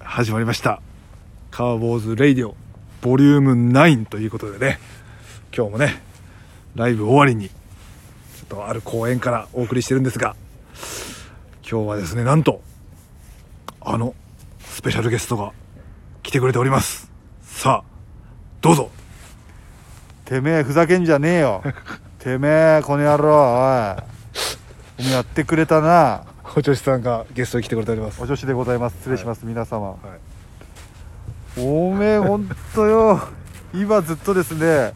始まりましたカーボーズレイディオボリューム9ということでね今日もねライブ終わりにちょっとある公演からお送りしてるんですが今日はですねなんとあのスペシャルゲストが来てくれておりますさあどうぞてめえふざけんじゃねえよてめえこの野郎おいお前やってくれたなお調子さんがゲストに来てくれておりますお女子でございます失礼します、皆様はいおめえほんとよ今ずっとですね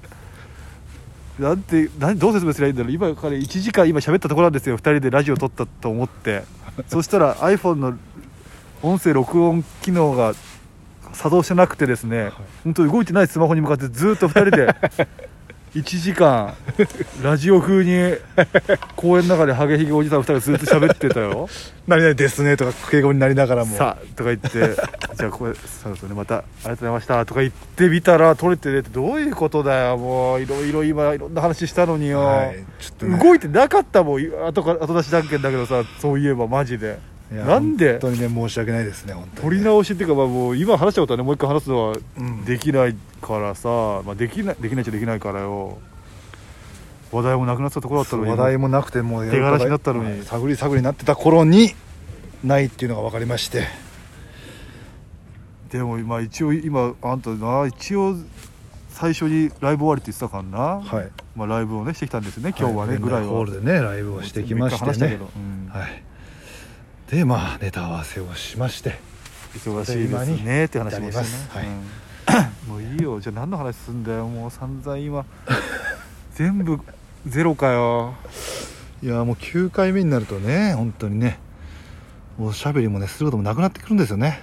なんて何どう説明すればいいんだろう今彼1時間今喋ったところなんですよ2人でラジオ撮ったと思って そしたら iPhone の音声録音機能が作動してなくてですね、本当動いてないスマホに向かってずっと2人 で1時間ラジオ風に公園の中でハゲヒゲおじさん2人がずっと喋ってたよ何々ですねとか敬語になりながらもさあとか言って じゃあこれそうですよねまたありがとうございましたとか言ってみたら取れてねってどういうことだよもういろいろ今いろんな話したのによ、はいちょっとね動いてなかったもん後から後出しじゃんけんだけどさそういえばマジでいやなんで本当にね申し訳ないですね本当に取り直しっていうか、まあ、もう今話したことはねもう一回話すのはうんできないからさ、まあ、できないできないっちゃできないからよ話題もなくなってたところだったのに話題もなくてもう手柄になったのにはい探り探りになってた頃にないっていうのが分かりましてでも今一応今あんたな一応最初にライブ終わりって言ってたからな、はいまあ、ライブをねしてきたんですよね今日はね、いぐらいはホールでねライブをしてきましてもう一回話したけねどうんはいでまあネタ合わせをしまして忙しいですねって話もしてね、至りうんもういいよじゃあ何の話すんだよもう散々今全部ゼロかよいやもう9回目になるとね本当にねおしゃべりもねすることもなくなってくるんですよね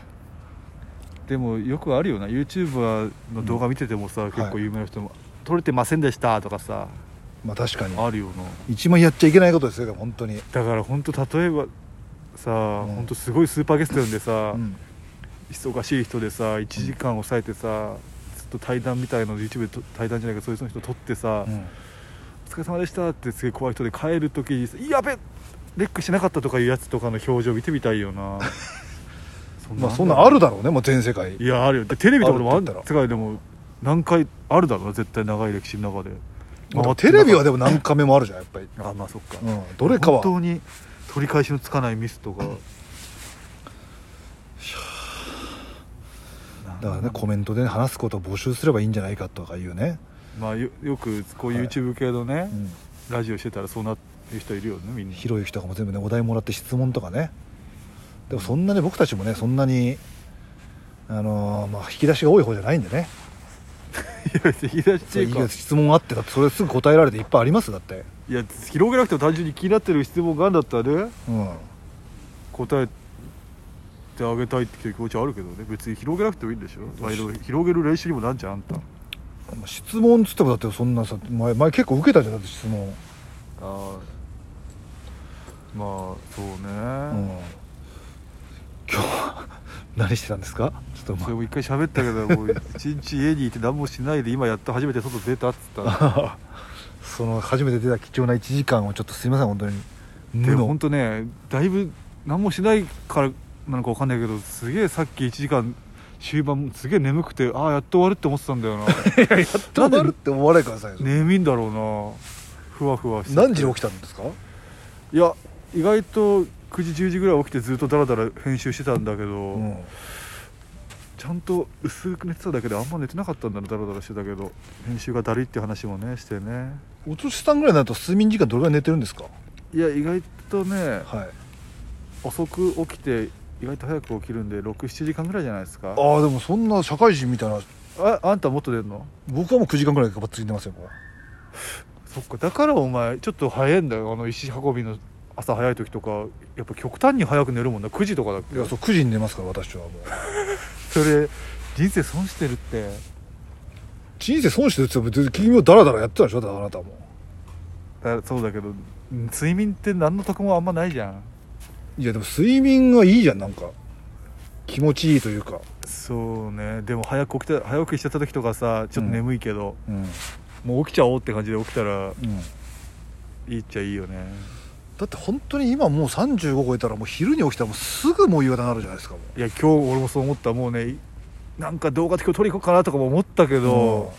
でもよくあるよな YouTuber の動画見ててもさ、結構有名な人も、撮れてませんでした」とかさまあ確かにあるよな一番やっちゃいけないことですよでも本当に、だから本当例えばさ、ん本当すごいスーパーゲスト呼んでさ、うん忙しい人でさ1時間抑えてさ、ずっと対談みたいの YouTube でと対談じゃないかそういう人撮ってさ、うんお疲れ様でしたってすげえ怖い人で帰る時にさ「やべレックしなかった」とかいうやつとかの表情見てみたい よなそまあそんなんあるだろうねもう全世界いやあるよでテレビとかでもああるるってだ言ったら世界でも何回あるだろうな絶対長い歴史の中でまあでもテレビはででも何回目もあるじゃんやっぱり、あまあそっか、うん、どれかは本当に取り返しのつかないミス とかだからねコメントでね話すことを募集すればいいんじゃないかとかいうね、まあよよくこうはい YouTube 系のね、うん、ラジオしてたらそうなってる人いるよねみんなひろゆきとかも全部ねお題もらって質問とかねでもそんなに僕たちもねそんなにあのーまあ引き出しが多い方じゃないんでねいや引き出しっていうか質問あってだってそれすぐ答えられていっぱいありますだっていや広げなくても単純に気になってる質問があるんだったらねうん答えてあげたいっていう気持ちはあるけどね別に広げなくてもいいんでしょ、まあ、いろいろ広げる練習にもなんじゃんあんた質問っつってもだってそんなさ前前結構受けたじゃんだって質問、あーまあそうね、うん、今日は 何してたんですかちょっとまそれも一回喋ったけどもう一日家にいて何もしないで今やっと初めて外出たっつったらあ その初めて出た貴重な1時間をちょっとすいません本当に無でもの本当ねだいぶ何もしないからなのかわかんないけどすげえさっき1時間終盤すげえ眠くてああやっと終わるって思ってたん だよな止まるって思わないでくださいよ、眠いんだろうなふわふわして何時に起きたんですかいや意外と9時10時ぐらい起きてずっとダラダラ編集してたんだけど、うんちゃんと薄く寝てただけであんま寝てなかったんだなダラダラしてたけど編集がだるいって話もねしてねお年さんぐらいになると睡眠時間どれぐらい寝てるんですかいや意外とねはい遅く起きて意外と早く起きるんで67時間ぐらいじゃないですあかあでもそんな社会人みたいなああんたもっと出るの僕はもう9時間ぐらいがばっつり寝ますよもうそっかだからお前ちょっと早いんだよあの石運びの朝早い時とかやっぱ極端に早く寝るもんな9時とかだっけいやそう9時に寝ますから私はもうそれ人生損してるって人生損してるって言っても君もダラダラやってたでしょだからあなたもだそうだけど睡眠って何の得もあんまないじゃんいやでも睡眠はいいじゃんなんか気持ちいいというかそうねでも早く起きた早起きしちゃった時とかさちょっと眠いけど、うん、うん、もう起きちゃおうって感じで起きたらいいっちゃいいよねだって本当に今もう35超えたらもう昼に起きたらもうすぐもう夕方になるじゃないですかもいや今日俺もそう思ったもうねなんか動画で今日撮りに行こうかなとかも思ったけど、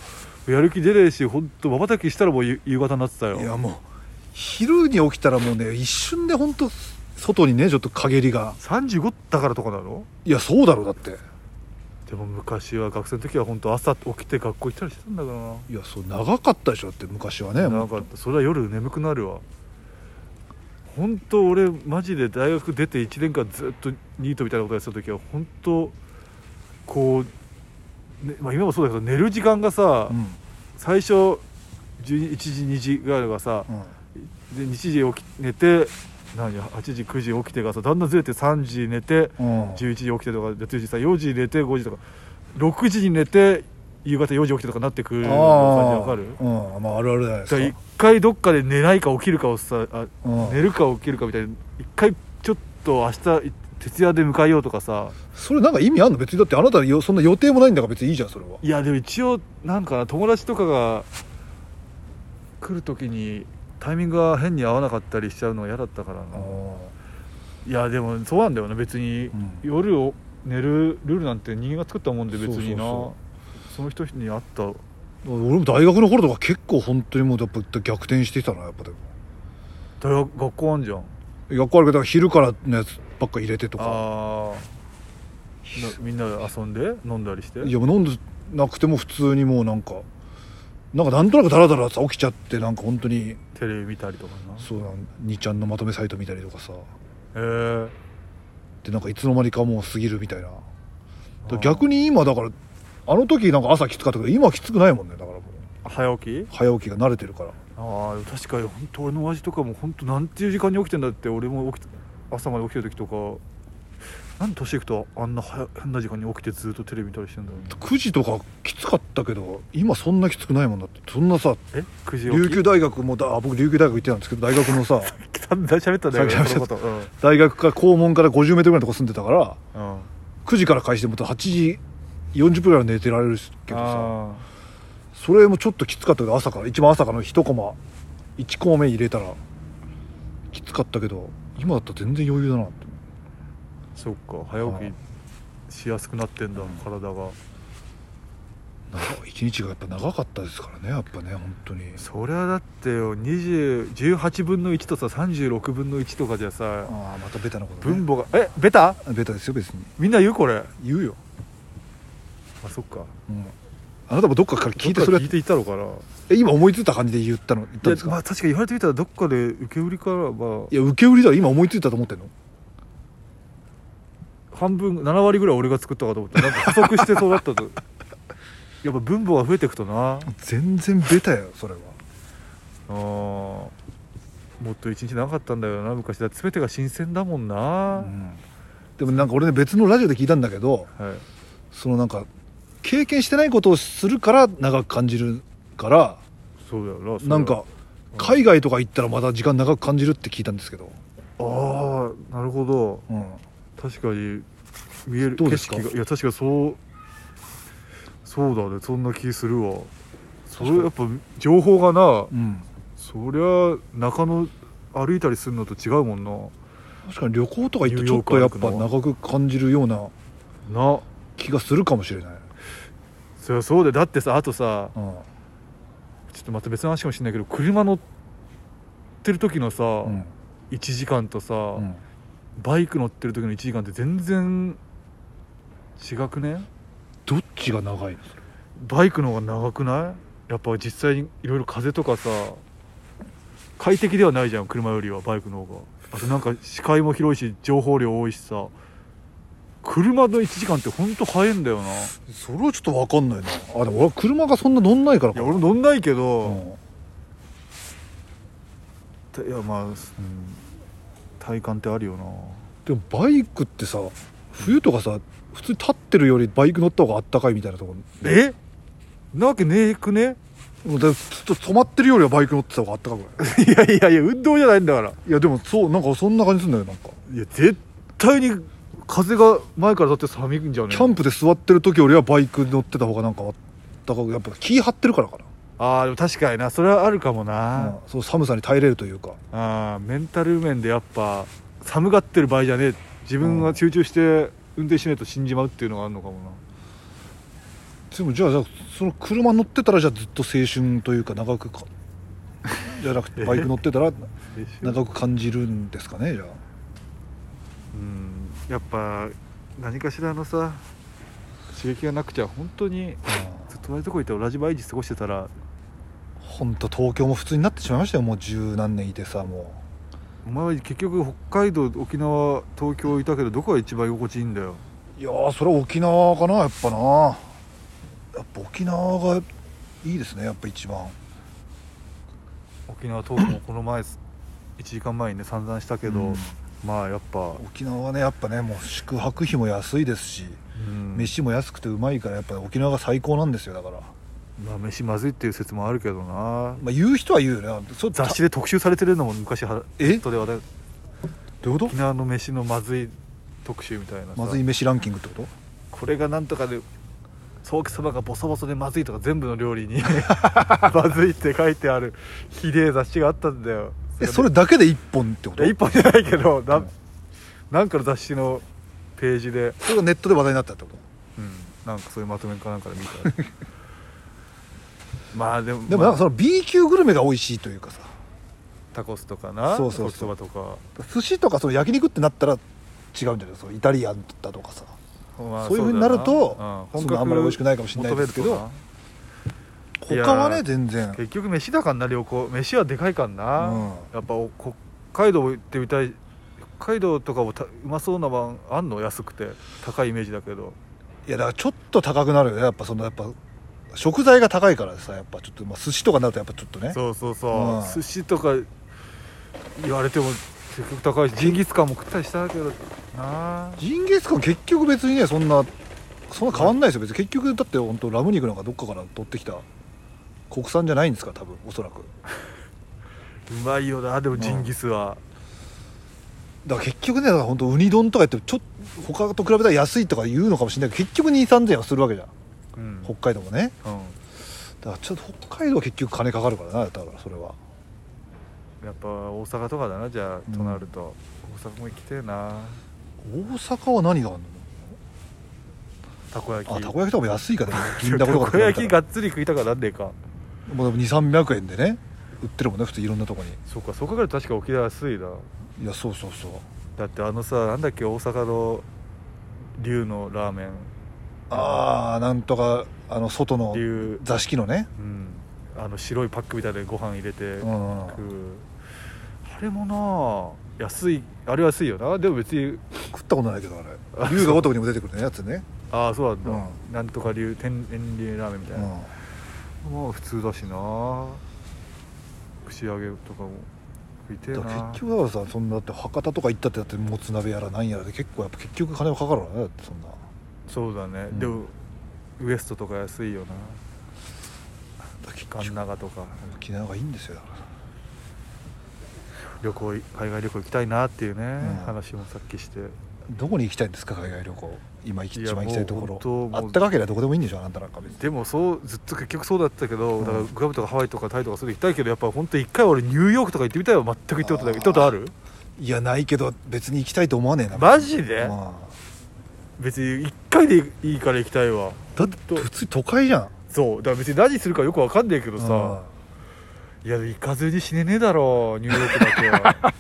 やる気出れし本当まばたきしたらもう夕夕方になってたうよいやもう昼に起きたらもうね一瞬で本当外にねちょっと陰りが35だからとかなのいやそうだろうだってでも昔は学生の時は本当朝起きて学校行ったりしてたんだからないやそう長かったでしょだって昔はねなんかそれは夜眠くなるわ本当俺マジで大学出て1年間ずっとニートみたいなことやってた時は本当こう、ねまあ、今もそうだけど寝る時間がさ、うん最初12 1時2時ぐらいがさ、うんで1時起き寝て何8時9時起きてがさだんだんずれて3時寝て、うん11時起きてとかで10時さ4時寝て5時とか6時に寝て夕方4時起きてとかなってくる感じわかるうんまああるあるじゃないでだかすら一か回どっかで寝ないか起きるかをさあ、うん寝るか起きるかみたいな一回ちょっと明日徹夜で迎えようとかさそれなんか意味あんの別にだってあなたよそんな予定もないんだから別にいいじゃんそれはいやでも一応なんかな友達とかが来る時にタイミングが変に合わなかったりしちゃうのは嫌だったからないやでもそうなんだよね別に、ん夜を寝るルールなんて人間が作ったもんで別になそうそその人に合った俺も大学の頃とか結構本当にもうやっぱ逆転してきたなやっぱでも大学学校あんじゃん学校あるけど昼からのやつばっか入れてとかああなみんなで遊んで飲んだりしていやもう飲んでなくても普通にもうなんかなんかなんとなくダラダラさ起きちゃってなんか本当にテレビ見たりとかなそうなん兄ちゃんのまとめサイト見たりとかさへえでなんかいつの間にかもう過ぎるみたいなだからあー逆に今だからあの時なんか朝きつかったけど今きつくないもんねだからもう早起き早起きが慣れてるからああ確かに本当俺の親父とかも本当なんていう時間に起きてんだって俺も起きて朝まで起きてる時とかなんで年いくとあんな早変な時間に起きてずっとテレビ見たりしてんだろうね9時とかきつかったけど今そんなきつくないもんだってそんなさえ9時起き琉球大学もだあ僕琉球大学行ってたんですけど大学のさだんだん喋ったんだよさっきそのことうん、大学から校門から 50m ぐらいのとこ住んでたからうん、 9時から開始でも8時40分ぐらいは寝てられるけどさあそれもちょっときつかったけど朝から一番朝からの1コマ1コマ目入れたらきつかったけど今だったら全然余裕だなってーそっか早起きしやすくなってんだ体が長い一日がやっぱ長かったですからねやっぱね本当にそりゃだってよ20 18分の1とさ36分の1とかじゃさああまたベタなこと、分ね、母がえベタベタですよ別にみんな言うこれ言うよ、あそっかうん、あなたもどっかから聞いてどっそかれ聞いていたのかなえ今思いついた感じで言ったの言ったんいでやすかまあ確かに言われてみたらどっかで受け売りからまいや受け売りだろ今思いついたと思ってんのあ半分7割ぐらい俺が作ったかと思ってなんか加速してそうだっ たとやっぱ分母が増えていくとな全然ベタよそれはあーもっと一日なかったんだよな昔だって全てが新鮮だもんな、でもなんか俺ね別のラジオで聞いたんだけどはいそのなんか経験してないことをするから長く感じるからそうだよなそれはなんか海外とか行ったらまた時間長く感じるって聞いたんですけど、ああなるほどうん、確かに見えるどう景ですか色がいや確かにそうそうだねそんな気するわそれやっぱ情報がなうん、そりゃ中野歩いたりするのと違うもん確かに旅行とか行ってニちューょヨっークとやっぱ歩くのは長く感じるようななな気がするかもしれない、そりゃそうだよだってさあとさうんちょっとまた別の話かもしれないけど車乗ってる時のさ、うん1時間とさ、うん、バイク乗ってる時の1時間って全然違くねどっちが長いのそれバイクの方が長くないやっぱ実際にいろいろ風とかさ快適ではないじゃん車よりはバイクの方があとなんか視界も広いし情報量多いしさ車の1時間ってほんと早いんだよないそれはちょっと分かんないなあでも俺車がそんな乗んないからかや俺も乗んないけど、うんいやまあ、うん体感ってあるよなでもバイクってさ冬とかさ普通に立ってるよりバイク乗った方があったかいみたいなところえなわけねえくねもうだずっと止まってるよりはバイク乗ってた方があったかくない いやいやいや運動じゃないんだからいやでもそうなんかそんな感じするんだよなんかいや絶対に風が前からだって寒いんじゃねキャンプで座ってる時よりはバイク乗ってた方がなんかあったかくやっぱ気張ってるからかなあああでも確かになそれはあるかもまあな、そう寒さに耐えれるというかあーメンタル面でやっぱ寒がってる場合じゃねえ自分が集中して運転しないと死んじまうっていうのがあるのかもなでもじゃあじゃあその車乗ってたらじゃあずっと青春というか長くか じゃなくてバイク乗ってたら長く感じるんですかねじゃあうんやっぱ何かしらのさ刺激がなくちゃ本当にずっと同じとこいて同じ毎日過ごしてたら本当東京も普通になってしまいましたよもう十何年いてさもお前は結局北海道沖縄東京いたけどどこが一番居心地いいんだよういやーそれは沖縄かなやっぱなやっぱ沖縄がいいですねやっぱ一番沖縄トークもこの前1時間前にね散々したけど、うんまあやっぱ、沖縄はねやっぱねもう宿泊費も安いですし、うん飯も安くてうまいからやっぱ沖縄が最高なんですよだからまあ、飯まずいっていう説もあるけどなまあ言う人は言うよねそう雑誌で特集されてるのも昔はえそれはねどういうこ沖縄の飯のまずい特集みたいなさとまずい飯ランキングってことこれがなんとかでソーキそばがボソボソでまずいとか全部の料理に まずいって書いてあるひでえ雑誌があったんだよえそれだけで1本ってこいとや一本じゃないけどな,、うんん、なんかの雑誌のページで、それがネットで話題になったってこうん、なんかそういうまとめかなんかで見た まあでもとでもなんかそまの B 級グルメが美味しいというかさあタコスとかなそうそうソーキそそうばとか、寿司とかその焼肉ってなったら違うんじゃないそのイタリアンだとかさまあそういうふうになるとそうだなそんなあんまり美味しくないかもしれないですけど求めるといやー他はね全然な結局飯だかんな旅行飯はでかいかんな、うんやっぱお北海道行ってみたい北海道とかもたうまそうなワンあんの安くて高いイメージだけどいやだからちょっと高くなるよねやっぱそのやっぱ食材が高いからさやっぱちょっとまあ寿司とかになるとやっぱちょっとねそうそうそう、うん寿司とか言われても結局高いしジンギスカンも食ったりしたけどなあジンギスカン結局別にねそんなそんな変わんないですよ別に結局だって本当ラム肉なんかどっかから取ってきた国産じゃないんですから多分おそらくうまいよなでもジンギスは、だから結局ねだから本当ウニ丼とか言ってちょっと他と比べたら安いとか言うのかもしれないけど結局2 3 0 0円はするわけじゃんうん北海道もねうんだからちょっと北海道は結局金かかるからなだからそれはやっぱ大阪とかだなじゃあ、うんとなると大阪も行きてえな大阪は何があるのたこ焼きあたこ焼きとかも安いからね銀だ たことかこ焼きががっつり食いたからなんでかもう2 3 0 0円でね売ってるもんね普通いろんなとこにそうかそう考えると確か沖縄安いないやそうそうそうだってあのさなんだっけ大阪の龍のラーメンああなんとかあの外の龍座敷のねうんあの白いパックみたいでご飯入れてう食うんあれもなあ安いあれは安いよなでも別に食ったことないけどああれ龍が男にも出てくるねやつねああそうなんだ、うなんとか流天然流ラーメンみたいな、うまあ普通だしな串揚げとかも食いてんえだなから結局だからさそんなだって博多とか行ったってだってもつ鍋やらなんやらで結構やっぱ結局金はかかるわねだってそんなそうだね、うんでもウエストとか安いよな結ガン局ナガとか沖縄がいいんですよだから旅行海外旅行行きたいなっていうね、ん話もさっきしてどこに行きたいんですか海外旅行今行きいや一番行きたいとこもう本ろ当あもうったかけりゃどこでもいいんでしょあなたなんか別にでもそうずっと結局そうだったけど、うんだからグアムとかハワイとかタイとかそういうの行きたいけどやっぱ本当一回俺ニューヨークとか行ってみたいわ全く行ったことなあいー行ったことあるいやないけど別に行きたいと思わねえなマジでうん別に一回でいいから行きたいわだって普通に都会じゃんそうだから別に何するかよくわかんないけどうさんいや行かずに死ねねえだろニューヨークだけは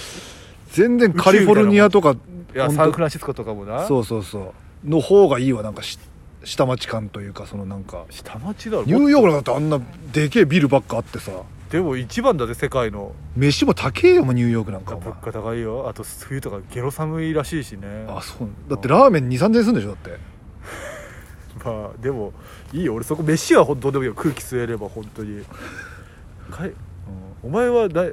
全然カリフォルニアとかいや本当サンフランシスコとかもなそうそうそうの方がいいわなんかし下町感というかそのなんか下町だろニューヨークなんてあんなでけえビルばっかあってさでも一番だぜ世界の飯も高えよもうニューヨークなんかお前物価高いよあと冬とかゲロ寒いらしいしねあそうだってラーメン2 3 0 0円するんでしょだってまあでもいいよ俺そこ飯は本当でもいいよ空気吸えれば本当にかい、お前はだ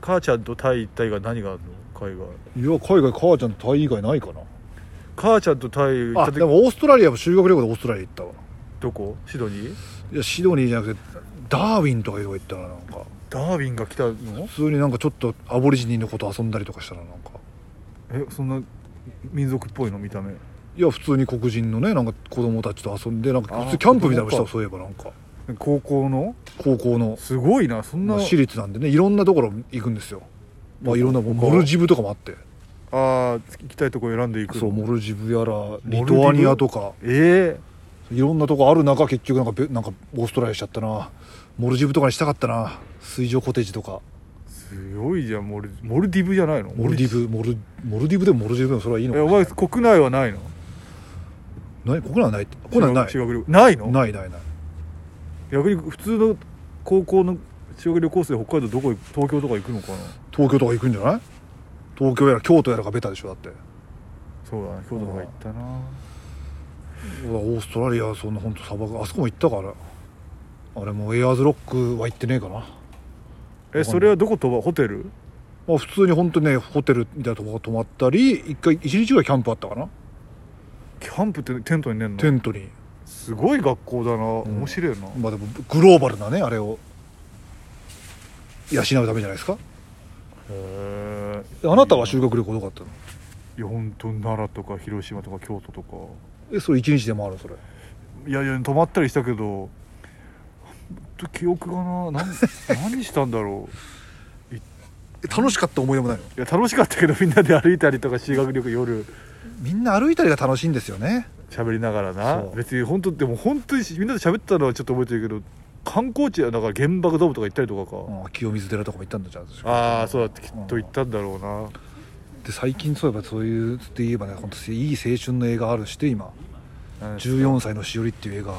母ちゃんとタイ一体が何があるの海外いや海外母ちゃんとタイ以外ないかな母ちゃんとタイ行っあたで時もオーストラリアも修学旅行でオーストラリア行ったわどこシドニーいやシドニーじゃなくてダーウィンとかいうとこ行ったらなんかダーウィンが来たの普通になんかちょっとアボリジニのこと遊んだりとかしたらなんかえそんな民族っぽいの見た目いや普通に黒人のねなんか子供たちと遊んでなんかあー普通にキャンプみたいなのした子供かそういえばなんかえ高校の高校の、すごいなそんな、まあ、私立なんでねいろんなところ行くんですよ、まあ、いろんなここモルジブとかもあってああ行きたいとこ選んでいくそうモルジブやらルジリブトアニアとかえいろんなとこある中結局なんかべなんかオーストラリアしちゃったなモルジブとかにしたかったな水上コテージとかえすごいじゃんモルモルディブじゃないのモルディブモルモルディブでもモルジブでもそれはいいのえおか前国内はないのない国内はないって国内はない修学旅行ないのないないない逆に普通の高校の修学旅行生北海道どこ行く東京とか行くのかな東京とか行くんじゃない東京やら京都やらがベタでしょだってそうだね京都とか行ったなうわオーストラリアはそんな本当砂漠あそこも行ったからあれもエアーズロックは行ってねえかなえそれはどこ飛ばホテルまあ普通に本当にねホテルみたいなとこ泊まったり一回一日ぐらいキャンプあったかなキャンプってテントに寝んのテントにすごい学校だな、面白いな、まあでもグローバルなねあれを養うためじゃないですかへえあなたは修学旅行どうだったのいや本当に奈良とか広島とか京都とかえそれ一日で回るのそれいやいや泊まったりしたけどほんと記憶がな 何何したんだろうえ楽しかった思い出もないのいや楽しかったけどみんなで歩いたりとか修学旅行夜みんな歩いたりが楽しいんですよね喋りながらなそう別に本当でも本当にみんなで喋ってたのはちょっと覚えてるけど観光地はだから原爆ドームとか行ったりとかか、うん清水寺とかも行ったんだじゃんああそうだってきっと行ったんだろうな、で最近そういえばそういうって言えばね本当いい青春の映画あるして今「14歳のしおり」っていう映画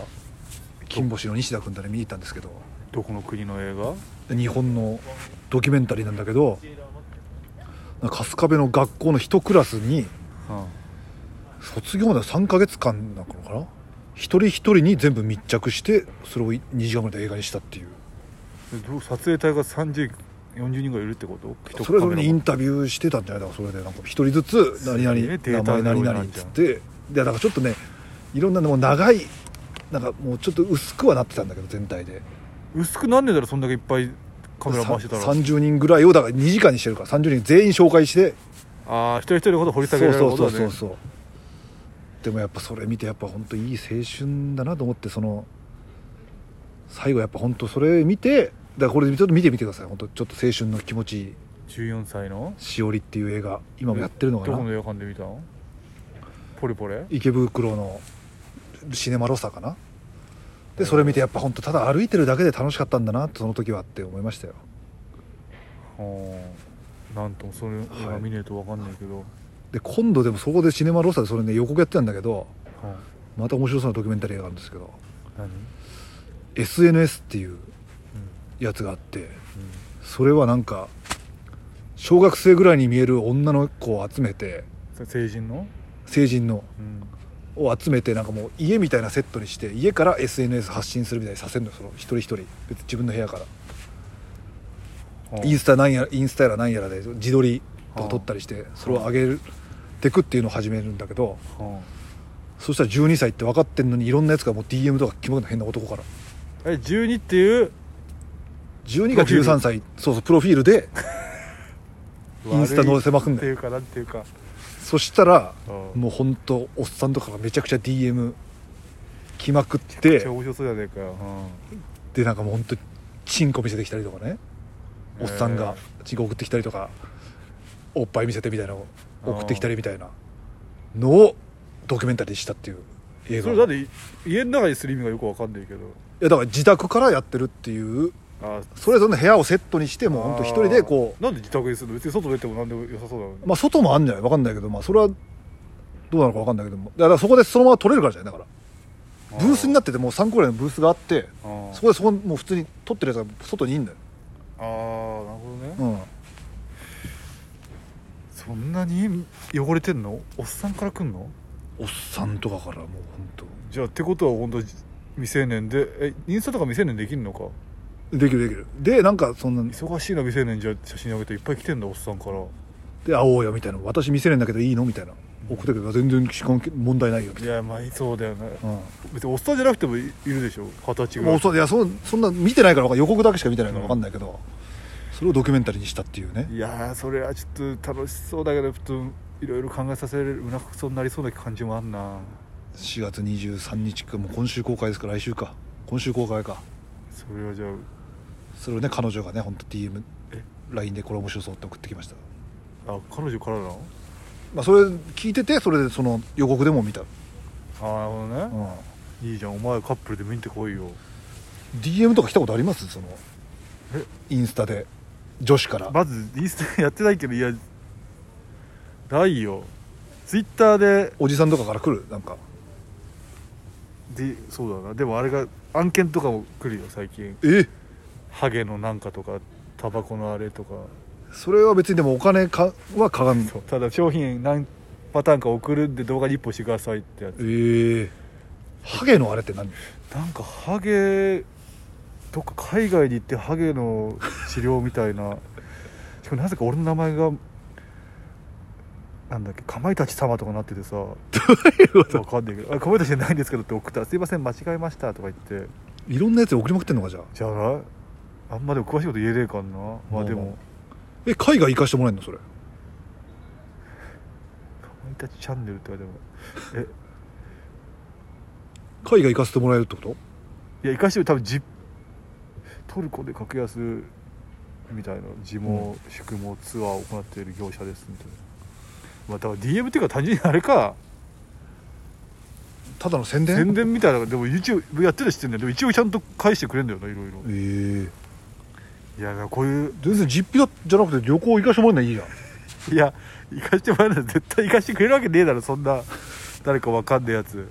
金星の西田君とね見に行ったんですけどどこの国の映画日本のドキュメンタリーなんだけどなんか春日部の学校の一クラスに卒業まで3ヶ月間なのかな一人一人に全部密着してそれを2時間ぐらいで映画にしたっていうでどう撮影隊が3040人ぐらいいるってことそれぞれにインテタビューしてたんじゃないだからそれでなんか一人ずつ何々すげえデ名ータ前何々っつってでだからちょっとねいろんなのもう長いなんかもうちょっと薄くはなってたんだけど全体で薄くなんねえだろそんだけいっぱいカメラ回してたらさ30人ぐらいをだから2時間にしてるから30人全員紹介してああ一人一人のこと掘りそ下うげられるそうこそとうだそうねそうでもやっぱそれ見てやっぱ本当いい青春だなと思ってその最後やっぱ本当それ見てだからこれちょっと見てみてください本当ちょっと青春の気持ちいい14歳のしおりっていう映画今もやってるのかどなこの映画館で見たのポレポレ池袋のシネマロサかなでそれ見てやっぱ本当ただ歩いてるだけで楽しかったんだなその時はって思いましたようんなんともそれ映画見ねえと分かんないけど、で今度でもそこでシネマロサでそれね予告やってたんだけどはいまた面白そうなドキュメンタリーがあるんですけど何、 SNS っていうやつがあってそれはなんか小学生ぐらいに見える女の子を集めてうん、成人の、成人のうん、を集めてなんかもう家みたいなセットにして家から SNS 発信するみたいにさせるのよその一人一人別に自分の部屋からインスタなんやインスタやらなんやらで自撮りとか撮ったりしてそれを上げてくっていうのを始めるんだけどうんそしたら12歳って分かってんのにいろんなやつがもう DM とか来まくんの変な男からえ12っていう12かプロフ13ィール歳そうそうプロフィールでインスタ載せまくんっなてよいうかなんていうかそしたらうんもうほんとおっさんとかがめちゃくちゃ DM 来まくっめってちゃ面白そうじゃねえかよ、でなんかもうほんとチンコ見せてきたりとかねへおっーさんがチンコ送ってきたりとかおっぱい見せてみたいなのを送ってきたりみたいなのをドキュメンタリーしたっていうう映画ん、それだって家の中にする意味がよく分かんないけどいやだから自宅からやってるっていうあーそれぞれの部屋をセットにしてもうほんと一人でこなんで自宅にするの別に外出ても何でも良さそうだのにうまあ外もあんじゃないわかんないけどまあそれはどうなのかわかんないけどもだからそこでそのまま撮れるからじゃないだからブースになっててもう3個ぐらいのブースがあってあーそこでそこもう普通に撮ってるやつが外にいんだよあーなるほどね、うんそんなに汚れてんのおっさんから来んのおっさんとかからもう本当じゃあってことは本当未成年でえインスタとか未成年できるのかできるできるでなんかそんな忙しいな未成年じゃ写真あげていっぱい来てんだおっさんからで会おうよみたいな私見せれんだけどいいのみたいな送ってくれば全然関係問題ないよみたいいやまあそうだよねな、別におっさんじゃなくてもいいるでしょ二十歳うん、ぐらもいうそいやそんそんな見てないからわかん予告だけしか見てないから分かんないけど、それをドキュメンタリーにしたっていうねいやーそれはちょっと楽しそうだけどちょっといろいろ考えさせる胸くそになりそうな感じもあんな4月23日かもう今週公開ですか来週か今週公開かそれはじゃあそれをね彼女がね本当 DM え LINE でこれ面白そうって送ってきました、あ彼女からなのまあ、それ聞いててそれでその予告でも見た、あーなるうほどね、ん、いいじゃんお前カップルで見に行ってこいよ DM とか来たことありますそのえインスタで女子からまずインスタやってないけどいやないよツイッターでおじさんとかから来るなんかでそうだなでもあれが案件とかも来るよ最近えハゲのなんかとかタバコのあれとかそれは別にでもお金かはかかんのただ商品何パターンか送るんで動画に1本してくださいってやつええハゲのあれって何なんかハゲどっか海外に行ってハゲの治療みたい なしかもなぜか俺の名前がなんだっけかまいたち様とかなっててさどういうことわかんないけどあかまいたちじゃないんですけどって送ったらすいません間違えましたとか言っていろんなやつ送りまくってんのかじゃあじゃあなあんまでも詳しいこと言えねえかんなまあでまあまもえ海外行かしてもらえんのそれ「かまいたちチャンネル」って言われても海外行かせてもらえるってことえいや生かしてる多分ジトルコで格安みたいな地毛、宿毛ツアーを行っている業者ですみたいなまあだから DM っていうか単純にあれかただの宣伝宣伝みたいなでも YouTube やってるの知ってんだよでも一応ちゃんと返してくれるんだよないろいろええいやだからこういう全然実費だじゃなくて旅行行かしてもらえないいいじゃんいや生かしてもらえない絶対生かしてくれるわけねえだろそんな誰かわかんねえやつ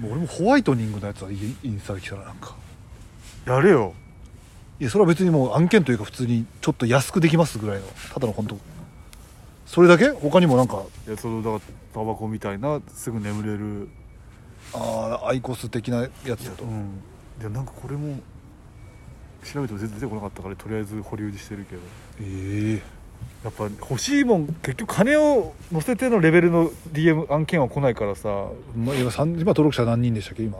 もう俺もホワイトニングのやつはいインスタで来たらなんかやれよいやそれは別にもう案件というか普通にちょっと安くできますぐらいのただの本当それだけ他にもなんかいやそのだからタバコみたいなすぐ眠れるあーアイコス的なやつだとうんいやなんかこれも調べても全然出てこなかったからとりあえず保留にしてるけどええやっぱ欲しいもん結局金を乗せてのレベルの DM 案件は来ないからさまあ、今さん今登録者何人でしたっけ今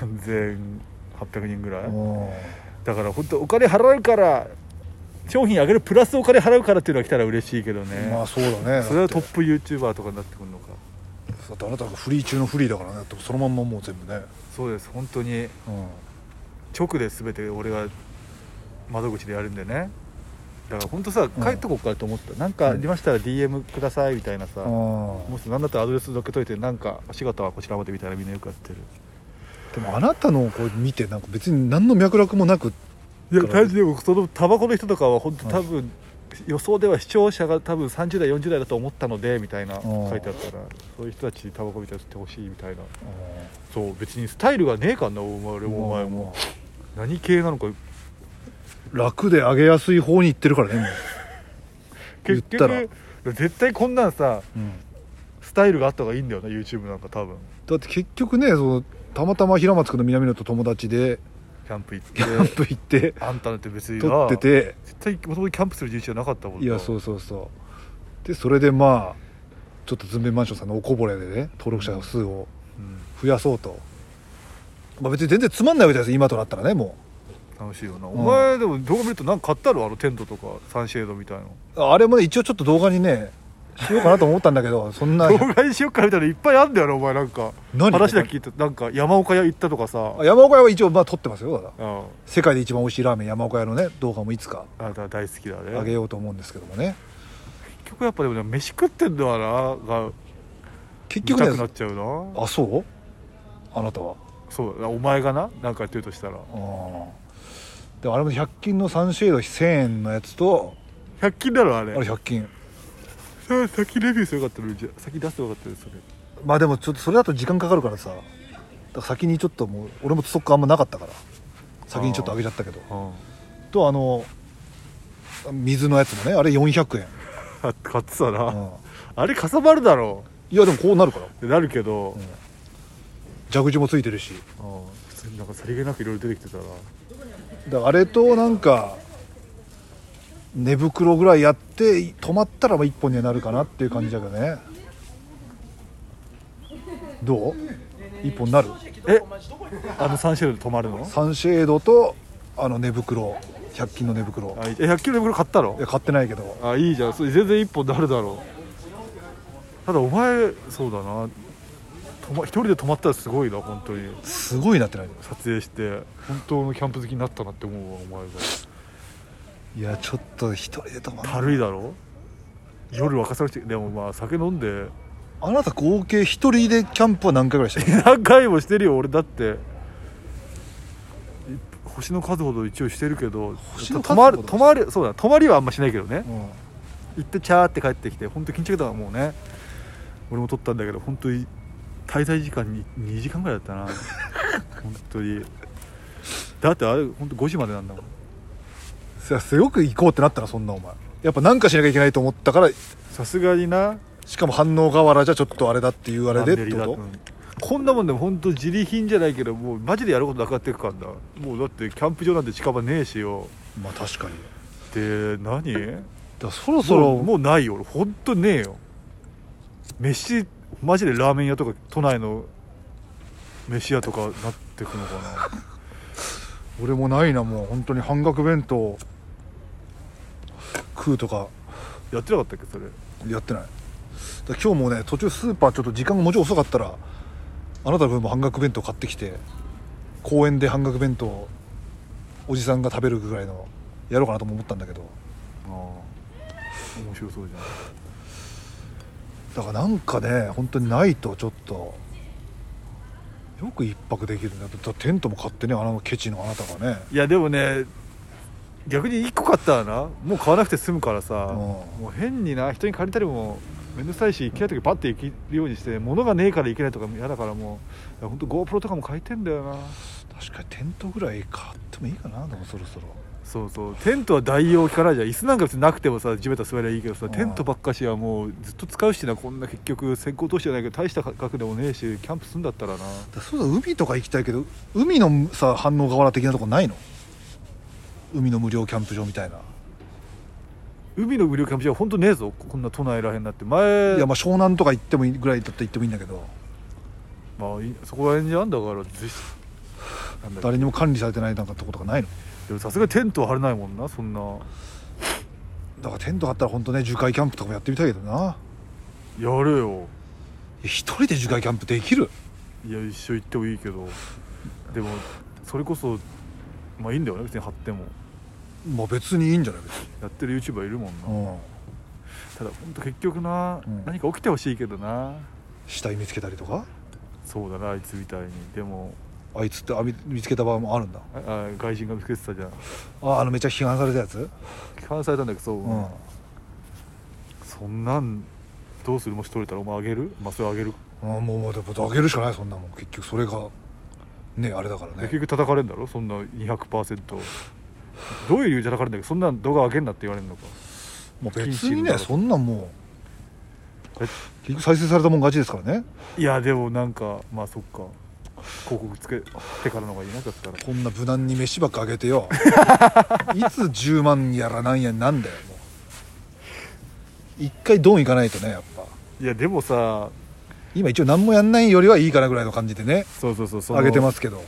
3800人ぐらいうんだから本当お金払うから商品あげるプラスお金払うからっていうのが来たら嬉しいけどね、まあそうだねそれはだトっップ YouTuber とかになってくるのかてだってあなたがフリー中のフリーだからねだってそのまんまもう全部ね、そうです本当にうん、直で全て俺が窓口でやるんでねだから本当さん帰っとこうかと思った、なんかありましたら DM くださいみたいなさ、あもし何だったらアドレス載っけといてなんかお仕事はこちらまでみたいなみんなよくやってるーでもあなたのをこう見てなんか別に何の脈絡もなくいだやから大事でもそのタバコの人とかは本当はい多分、予想では視聴者が多分30代40代だと思ったのでみたいなー書いてあったらそういう人たちにタバコみたいに吸ってほしいみたいなそう別にスタイルがねえかんなお前俺もお前もも何系なのか楽で上げやすい方に行ってるからねもう結言ったら局絶対こんなんさスタイルがあった方がいいんだよな YouTube なんか多分だって結局ねそのたまたま平松君の南野と友達 でキャンプ行っキャン てプ行ってあんたなんて別にな撮ってて絶対もともとキャンプする人種じゃなかったもんないやそうそうそうでそれでまあちょっとズンベンマンションさんのおこぼれでね登録者の数をうん増やそうと、まあ、別に全然つまんないわけじゃないです今となったらねも楽しいよな、んお前でも動画見るとなんか買ったろあのテントとかサンシェードみたいなうあれもね一応ちょっと動画にねしようかなと思ったんだけ どそんな動画にしよっかみたいないっぱいあんだよなお前なんか何話だけ聞いてなんか山岡屋行ったとかさあ山岡屋は一応まあ撮ってますよだからうん世界で一番美味しいラーメン山岡屋のね動画もいつかあなた大好きだね上げようと思うんですけどもね結局やっぱでもね飯食ってんだわなが結局見たくなねっちゃうなあそうあなたはそうだなお前がななんかやってるとしたらうんでもあれも100均のサンシェード1000円のやつと100均だろああれれ100均さ先レビューすよかったのにじゃ先出すよかったですそれまあでもちょっとそれだと時間かかるからさだから先にちょっともう俺もストックあんまなかったから先にちょっと上げちゃったけどうんとあの水のやつもねあれ400円、あ買ってたな、うんあれかさばるだろいやでもこうなるからってなるけど、蛇口もついてるしうん普通になんかさりげなくいろいろ出てきてたなだからあれとなんか寝袋ぐらいやって止まったらまあ1本にはなるかなっていう感じだけどねどう ?1 本なるえあのサンシェードで止まるのサンシェードとあの寝袋100均の寝袋あいえ100キロの袋買ったのいや買ってないけどあいいじゃんそれ全然一本なるだろうただお前そうだな泊ま一人で泊まったらすごいな本当にすごいなってない撮影して本当のキャンプ好きになったなって思うわお前がいやちょっと一人で泊またるるいだろ夜沸かされてでもまあ酒飲んであなた合計一人でキャンプは何回ぐらいしたの何回もしてるよ俺だってい星の数ほど一応してるけど星の数ほ泊どまる泊まるそうだ泊まりはあんましないけどねうん行ってチャーって帰ってきて本当緊張だもうね俺も撮ったんだけど本当に滞在時間に2時間ぐらい だったな本当にだってあれ本当5時までなんだもんそりゃすごく行こうってなったなそんなお前やっぱ何かしなきゃいけないと思ったからさすがになしかも反応河原じゃちょっとあれだっていうあれでってこマンネリだうんこんなもんでも本当自利品じゃないけどもうマジでやることなくなっていくからだもうだってキャンプ場なんて近場ねえしよとまあ確かにで何だからそろそもろうもうないよ俺本当ねえよ飯マジでラーメン屋とか都内の飯屋とかなってくのか な俺もないなもう本当に半額弁当食うとかやってなかったっけそれやってないだから今日もね途中スーパーちょっと時間がもうちろん遅かったらあなたの分も半額弁当買ってきて公園で半額弁当おじさんが食べるぐらいのやろうかなとも思ったんだけどああ面白そうじゃだからなんかね本当にないとちょっとよく一泊できるんだだってテントも買ってねあのケチのあなたがねんいやでもね逆に1個買ったらなもう買わなくて済むからさ、うんもう変にな人に借りたりも面倒くさいし行けない時バッて行けるようにして物がねえから行けないとかも嫌だからもう本当 GoPro とかも買いてんだよな確かにテントぐらい買ってもいいかなでもそろそろそうそうテントは代用効かないじゃん椅子なんか別になくてもさ地べた座りゃいいけどうさんテントばっかしはもうずっと使うしなこんな結局先行投資じゃないけど大した額でもねえしキャンプすんだったらなだからそうだ海とか行きたいけど海のさ反応河原的なとこないの海の無料キャンプ場みたいな、海の無料キャンプ場は本当ねえぞこんな都内らへんなって前いやまあ湘南とか行ってもいいぐらいだったら行ってもいいんだけどまあいそこら辺にあんだからぜひなんだっけ誰にも管理されてないなんかとことかないのでもさすがにテントは張れないもんなそんなだからテント張ったら本当ね樹海キャンプとかもやってみたいけどなやれよいや一人で樹海キャンプできるいや一緒行ってもいいけどでもそれこそまあいいんだよね別に張ってもまあ別にいいんじゃない別にやってる YouTuber いるもんなうんただ本当結局な、うん何か起きてほしいけどな死体見つけたりとかそうだなあいつみたいにでもあいつってあみ見つけた場合もあるんだああ外人が見つけてたじゃんああのめっちゃ批判されたやつ批判されたんだけどそう、うんそんなんどうするもし取れたらお前あげるまあそれあげる、ああもうもうでもあげるしかないそんなもん結局それがねあれだからね結局叩かれるんだろそんな200%どういう理由で叩かれるんだけどそんなん動画あげんなって言われるのかもう不謹別慎にだねろそんなんもう結局再生されたもん勝ちですからねいやでもなんかまあそっか広告つけてからの方がいいなだったらこんな無難に飯ばっかあげて よいつ10万やらなんやなんだよもう一回ドン行かないとねやっぱいやでもさ今一応何もやんないよりはいいかなぐらいの感じでねそうそうそうそのあげてますけど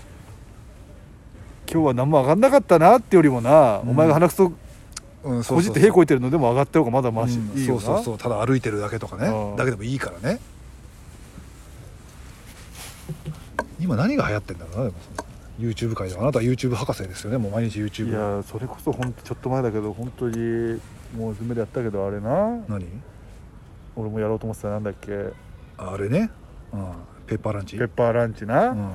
今日は何も上がんなかったなってよりもな、うんお前が鼻くそうんこじって屁こいいてるのでも上がった方がまだマシ、いいよなそうそうそうただ歩いてるだけとかうねんだけでもいいからね今何が流行ってんだろうなでもその YouTube 界ではあなたは YouTube 博士ですよねもう毎日い YouTube やそれこそほんとちょっと前だけど本当にもうズームでやったけどあれな何俺もやろうと思ってたなんだっけあれね、うん、ペッパーランチペッパーランチな、うん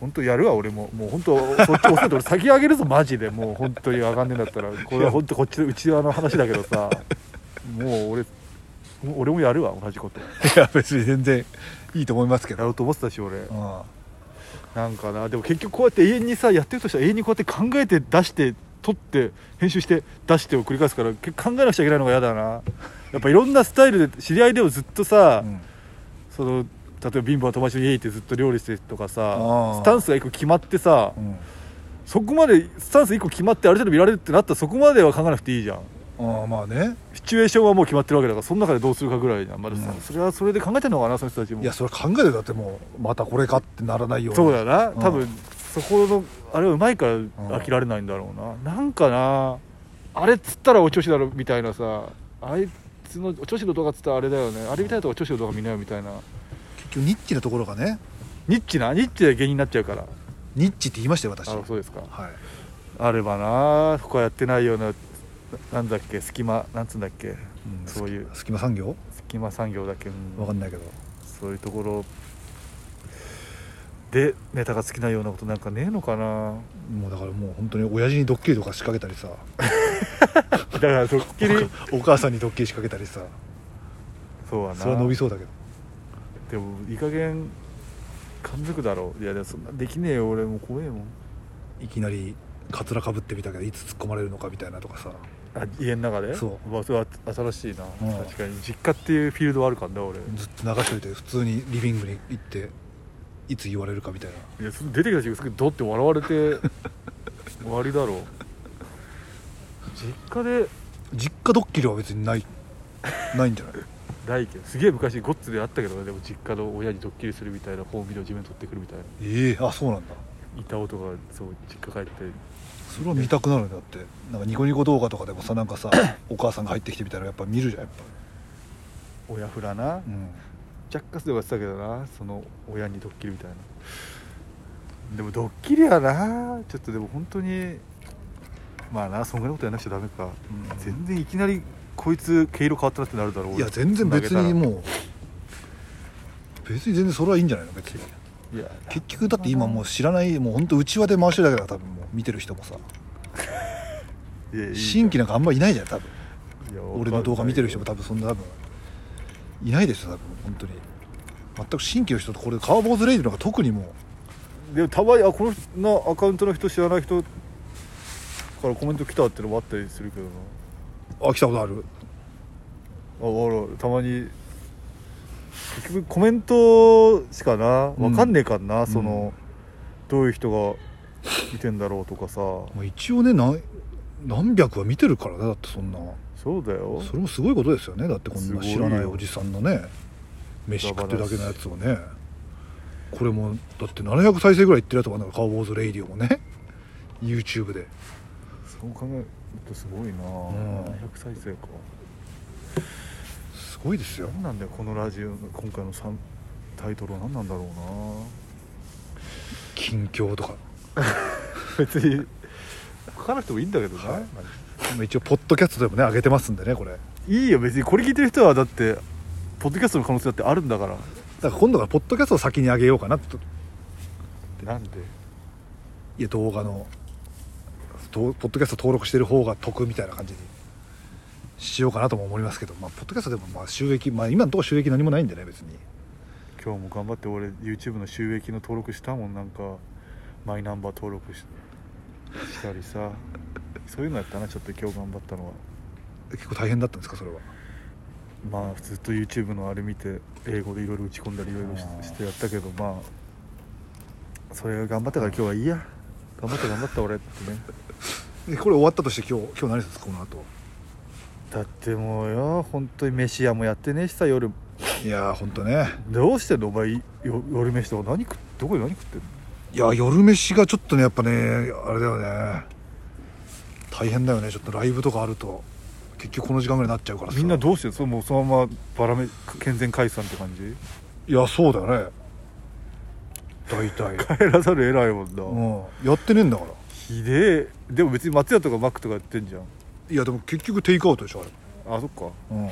本当やるわ俺ももう本当そっち押せて俺先上げるぞマジでもう本当に上がんねえんだったらこれは本当こっちうちの話だけどさもう俺もう俺もやるわ同じことやいや別に全然いいと思いますけど、ろうと思ってたし俺うん、なんかなでも結局こうやって永遠にさやってるとしたら永遠にこうやって考えて出して撮って編集して出してを繰り返すから結構考えなくちゃいけないのが嫌だなやっぱいろんなスタイルで知り合いでもずっとさ、うんその例えば貧乏な友達の家行ってずっと料理してとかあさースタンスが一個決まってさ、うんそこまでスタンス一個決まってある程度見られるってなったらそこまでは考えなくていいじゃんああまあねシチュエーションはもう決まってるわけだからその中でどうするかぐらいじゃんまださ、うんそれはそれで考えてんのかなその人たちもいやそれ考えてだってもうまたこれかってならないようにそうだな、ん多分そこのあれはうまいから飽きられないんだろうな、なんかなあれっつったらお調子だろみたいなさあいつのお調子の動画っつったらあれだよねあれみたいなとこお調子の動画見なよみたいな結局ニッチなところがねニッチなニッチで芸人になっちゃうからニッチって言いましたよ私あそうですかはいあればな他やってないようななんだっけ隙間なんつうんだっけ、んそういう隙間産業隙間産業だっけ、うんわかんないけどそういうところでネタが好きなようなことなんかねえのかなもうだからもう本当に親父にドッキリとか仕掛けたりさだからドッ キリお母さんにドッキリ仕掛けたりさそうはなそれは伸びそうだけどでもいい加減感づくだろういやでもそんなできねえよ俺もう怖えもんいきなりカツラかぶってみたけどいつ突っ込まれるのかみたいなとかさあ家の中で、そうまあ、それは新しいな、うん確かに実家っていうフィールドはあるからな俺、ずっと流しといて普通にリビングに行っていつ言われるかみたいないやすぐ出てきた時すぐドって笑われて終わりだろう実家で実家ドッキリは別にないないんじゃない大輝すげえ昔ゴッツであったけどねでも実家の親にドッキリするみたいなホームビデオ自分で撮ってくるみたいなええあそうなんだいた男がそう実家帰ってそれは見たくなるんだってなんかニコニコ動画とかでもさなんかさ お母さんが入ってきてみたいなやっぱ見るじゃんやっぱ親フラな、り、うん、ジャッカスではやってたけどなその親にドッキリみたいなでもドッキリはなちょっとでも本当にまあなそんぐらいのことやんなくちゃダメか、うん全然いきなりこいつ毛色変わったなってなるだろういや全然別にうもう別に全然それはいいんじゃないの別にいや結局だって今もう知らないもうほんと内輪で回してるだけだから多分もう見てる人もさいやいい新規なんかあんまいないじゃん多分いや俺の動画見てる人もわか多分そんな多分いないですよ多分本当に全く新規の人とこれカーボーズレイドの方が特にもうるよでもたまにあこの人のアカウントの人知らない人からコメント来たってのもあったりするけどなあ来たことあるああらたまに結局コメントしかなわかんねえからな、んその、どういう人が見てんだろうとかさまあ一応ね何何百は見てるからねだってそんなそうだよそれもすごいことですよねだってこんな知らないすごいよおじさんのね飯食ってるだけのやつをねこれもだって700再生ぐらいいってるやつがあるんだからカウボーズ・レイディオもね YouTube でそう考えるとすごいな、ん700再生かすごいですよ何なんだよこのラジオの今回の三タイトルは何なんだろうな近況とか別に書かなくてもいいんだけどな、はいまあ一応ポッドキャストでもね上げてますんでねこれだいいよ別にこれ聞いてる人はだってポッドキャストの可能性だってあるんだからから今度からポッドキャストを先に上げようかなとなんでいや動画のどうポッドキャスト登録してる方が得みたいな感じにしようかなとも思いますけど、まあ、ポッドキャストでもまあ収益、まあ、今のところ収益何もないんでね別に今日も頑張って俺 YouTube の収益の登録したもんなんかマイナンバー登録ししたりさそういうのやったなちょっと今日頑張ったのは結構大変だったんですかそれはまあずっと YouTube のあれ見て英語でいろいろ打ち込んだりいろいろあーしてやったけどまあそれ頑張ったから今日はいいや頑張った頑張った俺ってねえこれ終わったとして今日今日何するんですかこの後だってもうよ本当に飯屋もやってねえしさ夜いやーほんとねどうしてんのお前よ夜飯とか何食っどこで何食ってんのいやー夜飯がちょっとねやっぱねあれだよね大変だよねちょっとライブとかあると結局この時間ぐらいになっちゃうからさみんなどうしてんのそれもうそのままバラめ健全解散って感じいやそうだよね大 体帰らざるを得ないもんな、うんやってねえんだからひでえでも別に松屋とかマックとかやってんじゃんいやでも結局テイクアウトでしょあれあそっかうん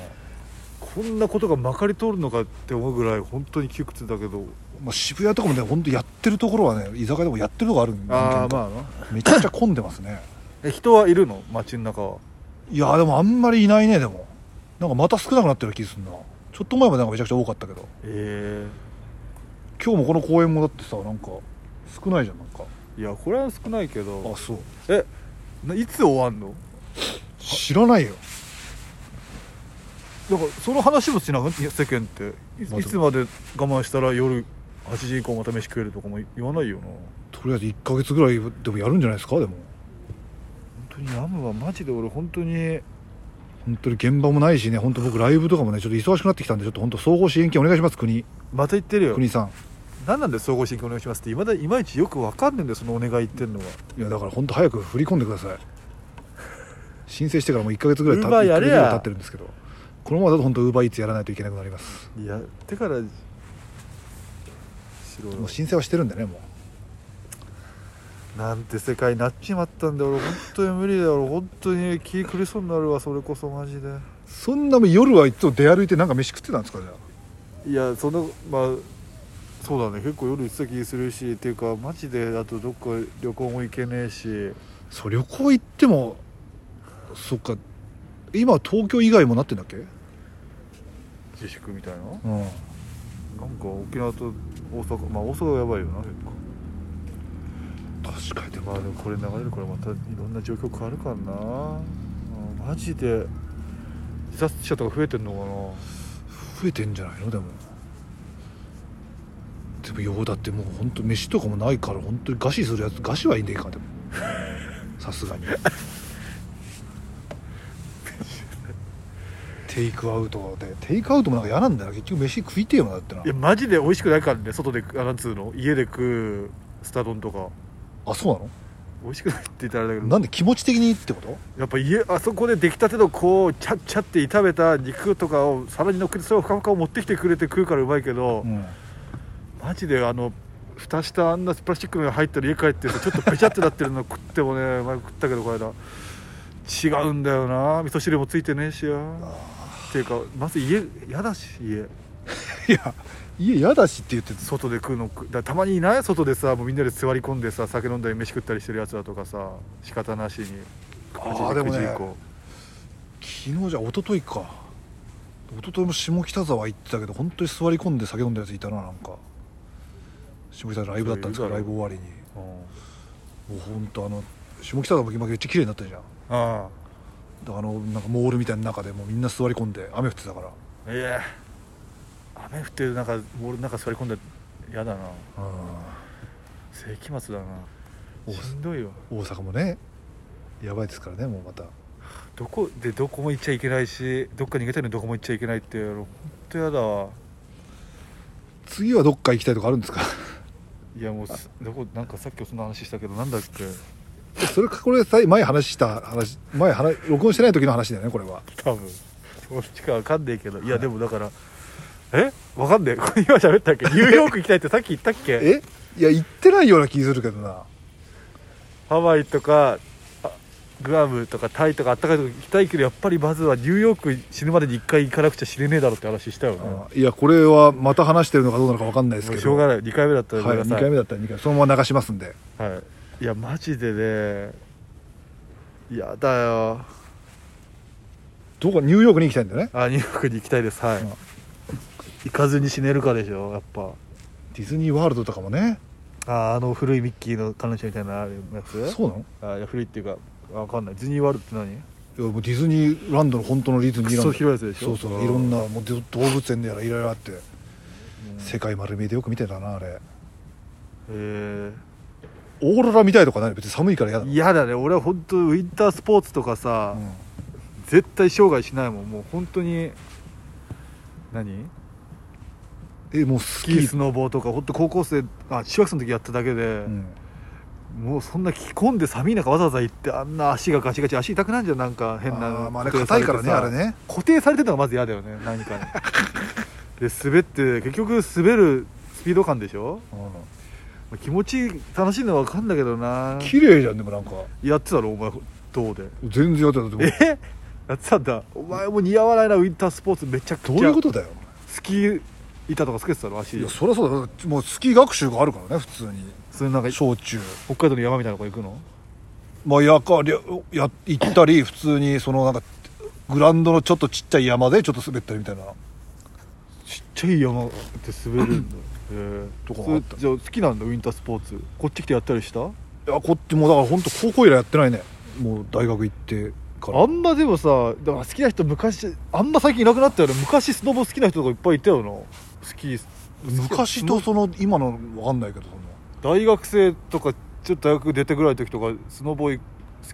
こんなことがまかり通るのかって思うぐらい本当に窮屈だけどまあ、渋谷とかもね本当やってるところはね居酒屋でもやってるとこあるんでああまあなめちゃくちゃ混んでます ねえ人はいるの街の中はいやでもあんまりいないねでもなんかまた少なくなってる気すんなちょっと前までなんかめちゃくちゃ多かったけどえ今日もこの公園もだってさなんか少ないじゃんなんかえいやこれは少ないけあどそうえないつ終わんの知らないよだからその話もしなくないや世間っていまあいつまで我慢したら夜8時以降また飯食えるとかも言わないよなとりあえず1ヶ月ぐらいでもやるんじゃないですかでも本当にラムはマジで俺本当に本当に現場もないしね本当僕ライブとかもねちょっと忙しくなってきたんでちょっと本当総合支援金お願いします国また言ってるよ国さん何なんで総合申請お願いしますっていまだいまいちよく分かんねえんだよそのお願い言ってんのはいやだから本当早く振り込んでください申請してからもう1ヶ月ぐらい Uber やれ1ヶ月ぐやらい経ってるんですけどこのままだと本当ウーバーイーツやらないといけなくなりますやってから白もうい申請はしてるんでねもうなんて世界になっちまったんだよ俺本当に無理だよ俺本当に気狂いそうになるわそれこそマジでそんなもう夜はいつも出歩いてなんか飯食ってたんですかじゃいやそのまあそうだね結構夜行ってた気するしっていうかマジであとどっか旅行も行けねえしあそう旅行行ってもそっか今東京以外もなってんだっけうん自粛みたいななんか沖縄と大阪まあ大阪はやばいよな結構確かにでまあでもこれ流れるからまたいろんな状況変わるからな、うんマジで自殺者とか増えてんの増えてんじゃないのでもでもようだってもう本当飯とかもないから本当に餓死するやつ餓死はいいんでいいか でもさすがにテイクアウトでテイクアウトもなんか嫌なんだよな結局飯食いてえよなだってなかないやマジで美味しくないからね外であなんつうの家で食うスタ丼とかあそうなの美味しくないって言ったらあれだけなどんで気持ち的にってことやっぱ家あそこで出来たてのこうちゃっちゃって炒めた肉とかを皿に乗っけてそれをふかふかを持ってきてくれて食うからうまいけど、うんマジであの蓋したあんなプラスチックの入ったら家帰ってさちょっとペチャってなってるの食ってもね 前食ったけどこれだ違うんだよな味噌汁もついてねえしやっていうかまず家嫌だしい家や家嫌だしって言ってた外で食うのだからたまにいない外でさもうみんなで座り込んでさ酒飲んだり飯食ったりしてるやつだとかさ仕方なしにあー8時でもね9時以降昨日じゃ一昨日か一昨日も下北沢行ってたけど本当に座り込んで酒飲んだやついたななんか下北沢のライブだったんですけどそうラいイうだブろ終わりにもう本当あの下北沢も今めっちゃ綺麗になったじゃんあだからあのなんかモールみたいな中でもうみんな座り込んで雨降ってたからあいや雨降ってる中俺の中座り込んで嫌だな世紀末だおなしんどいようん大阪もねやばいですからねもうまたどこでどこも行っちゃいけないしどっか逃げたいのにどこも行っちゃいけないって本当やだわ次はどっか行きたいとかあるんですか いやもうすどこなんかさっきそんな話したけどなんだっけそれかこれさ前話した話前話録音してない時の話だよねこれは多分どっちかわかんないけどいやでもだからえわかんないこれ今喋っ たっけニューヨーク行きたいってさっき言ったっけえいや行ってないような気するけどなハワイとかあグアムとかタイとかあったかいとこ行きたいけどやっぱりまずはニューヨーク死ぬまでに一回行かなくちゃ死ねねえだろって話したよねもあいやこれはまた話してるのかどうなのか分かんないですけうどしょうがない2回目だったらごはめい、んなさ2回目だったら2回そのまま流しますんではい、いやマジでねやだよどこニューヨークに行きたいんだよねあニューヨークに行きたいですはい、うん行かずに死ねるかでしょやっぱディズニーワールドとかもねああの古いミッキーの彼女みたいなあれやつそうなのあいや古いっていうかあわかんないディズニーワールドっていやもうディズニーランドの本当のディズニーランドクソ広いやつでしょそうそううんいろんなもうど動物園でやらいろいろあって、ん世界丸見えでよく見てたなあれ何へオーロラ見たいとかない別に寒いから嫌だえ嫌だね俺は本当ウィンタースポーツとかさ、絶対生涯しないもんもう本当に何うん、えもうススキキーースノボーとか本当高校生あ中学生の時やっただけで、うん、もうそんな着込んで寒い中わざわざ行ってあんな足がガチガチ足痛くないじゃんなんか変なあーまああれ固定さ硬いてからねさあれね固定されてるのがまず嫌だよね 何かにで滑って結局滑るスピード感でしょう、まあ気持ちいい楽しいのは分かんだけどなん綺麗じゃんでもなんかやってたろお前どうで全然やってたでもえやってたんだお前も似合わないなウィンタースポーツめちゃくちどうゃいうことだよスキー板とかつけてたの足いやそりゃそうだよもうスキー学習があるからね普通にそれなんか小中北海道の山みたいなとこ行くのまあ、やかりゃや行ったり普通にそのなんかグラウンドのちょっとちっちゃい山でちょっと滑ったりみたいなちっちゃい山って滑るんだへえとかそもあれったじゃあ好きなんだウィンタースポーツこっち来てやったりしたいやこっちもだから本当高校以来やってないねもう大学行ってからあんまでもさだから好きな人昔あんま最近いなくなったよね昔スノボ好きな人とかいっぱいいたよなスキー昔とその今の分かんないけどその大学生とかちょっと大学出てぐらいの時とかスノボ好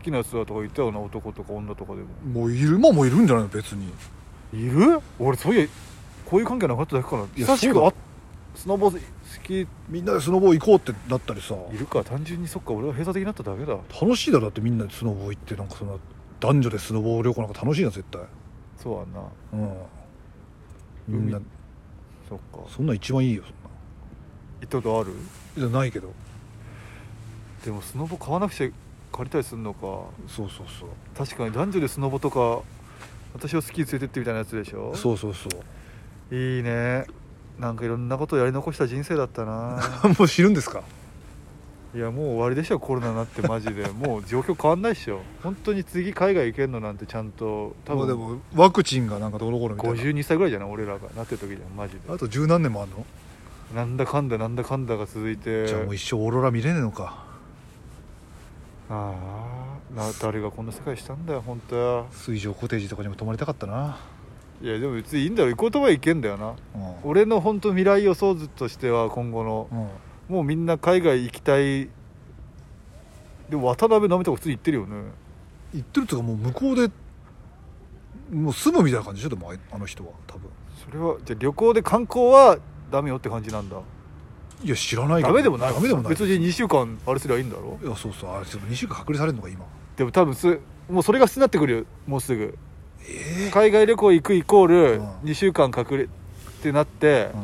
きなやつだとかいたよな男とか女とかでももういるまあもういるんじゃないの別にいる俺そういやこういう関係なかっただけかないや久しそうくだあスノボ好きいみんなでスノボー行こうってなったりさるか単純にそっか俺は閉鎖的になっただけだ楽しいだろだってみんなでスノボー行ってなんかその男女でスノボー旅行なんか楽しいな絶対そうやんなうんみんな海そっかそんなん一番いいよそんな行ったことあるじゃないけどでもスノボ買わなくちゃ借りたりするのかそうそうそう確かに男女でスノボとか私をスキー連れてってみたいなやつでしょそうそうそうういいねなんかいろんなことをやり残した人生だっ たなもう知るんですかいやもう終わりでしょコロナになってマジでもう状況変わんないっしょ本当に次海外行けるのなんてちゃんと多もうで分もワクチンがなんかどうのこうのみたい52歳ぐらいじゃない俺らがなってる時じゃんマジでなあと十何年もあんの、なんだかんだなんだかんだが続いてじゃあもう一生オーロラ見れねえのかああな誰がこんな世界したんだよ本当は水上コテージとかにも泊まりたかったな、いやでも別にいいんだろ行こうとは行けんだよなうん俺の本当未来予想図としては今後のうん、もうみんな海外行きたいでも渡辺なめとか普通に行ってるよね行ってるっていうかもう向こうでもう住むみたいな感じでしょでもあいあの人は多分それはじゃあ旅行で観光はダメよって感じなんだいや知らないけどダメでもないダメでもない別に2週間あれすりゃいいんだろいやそうそうあれちょっと2週間隔離されるのか今でも多分すもうそれが普通になってくるよもうすぐえ海外旅行行くイコールうん2週間隔離ってなって、うん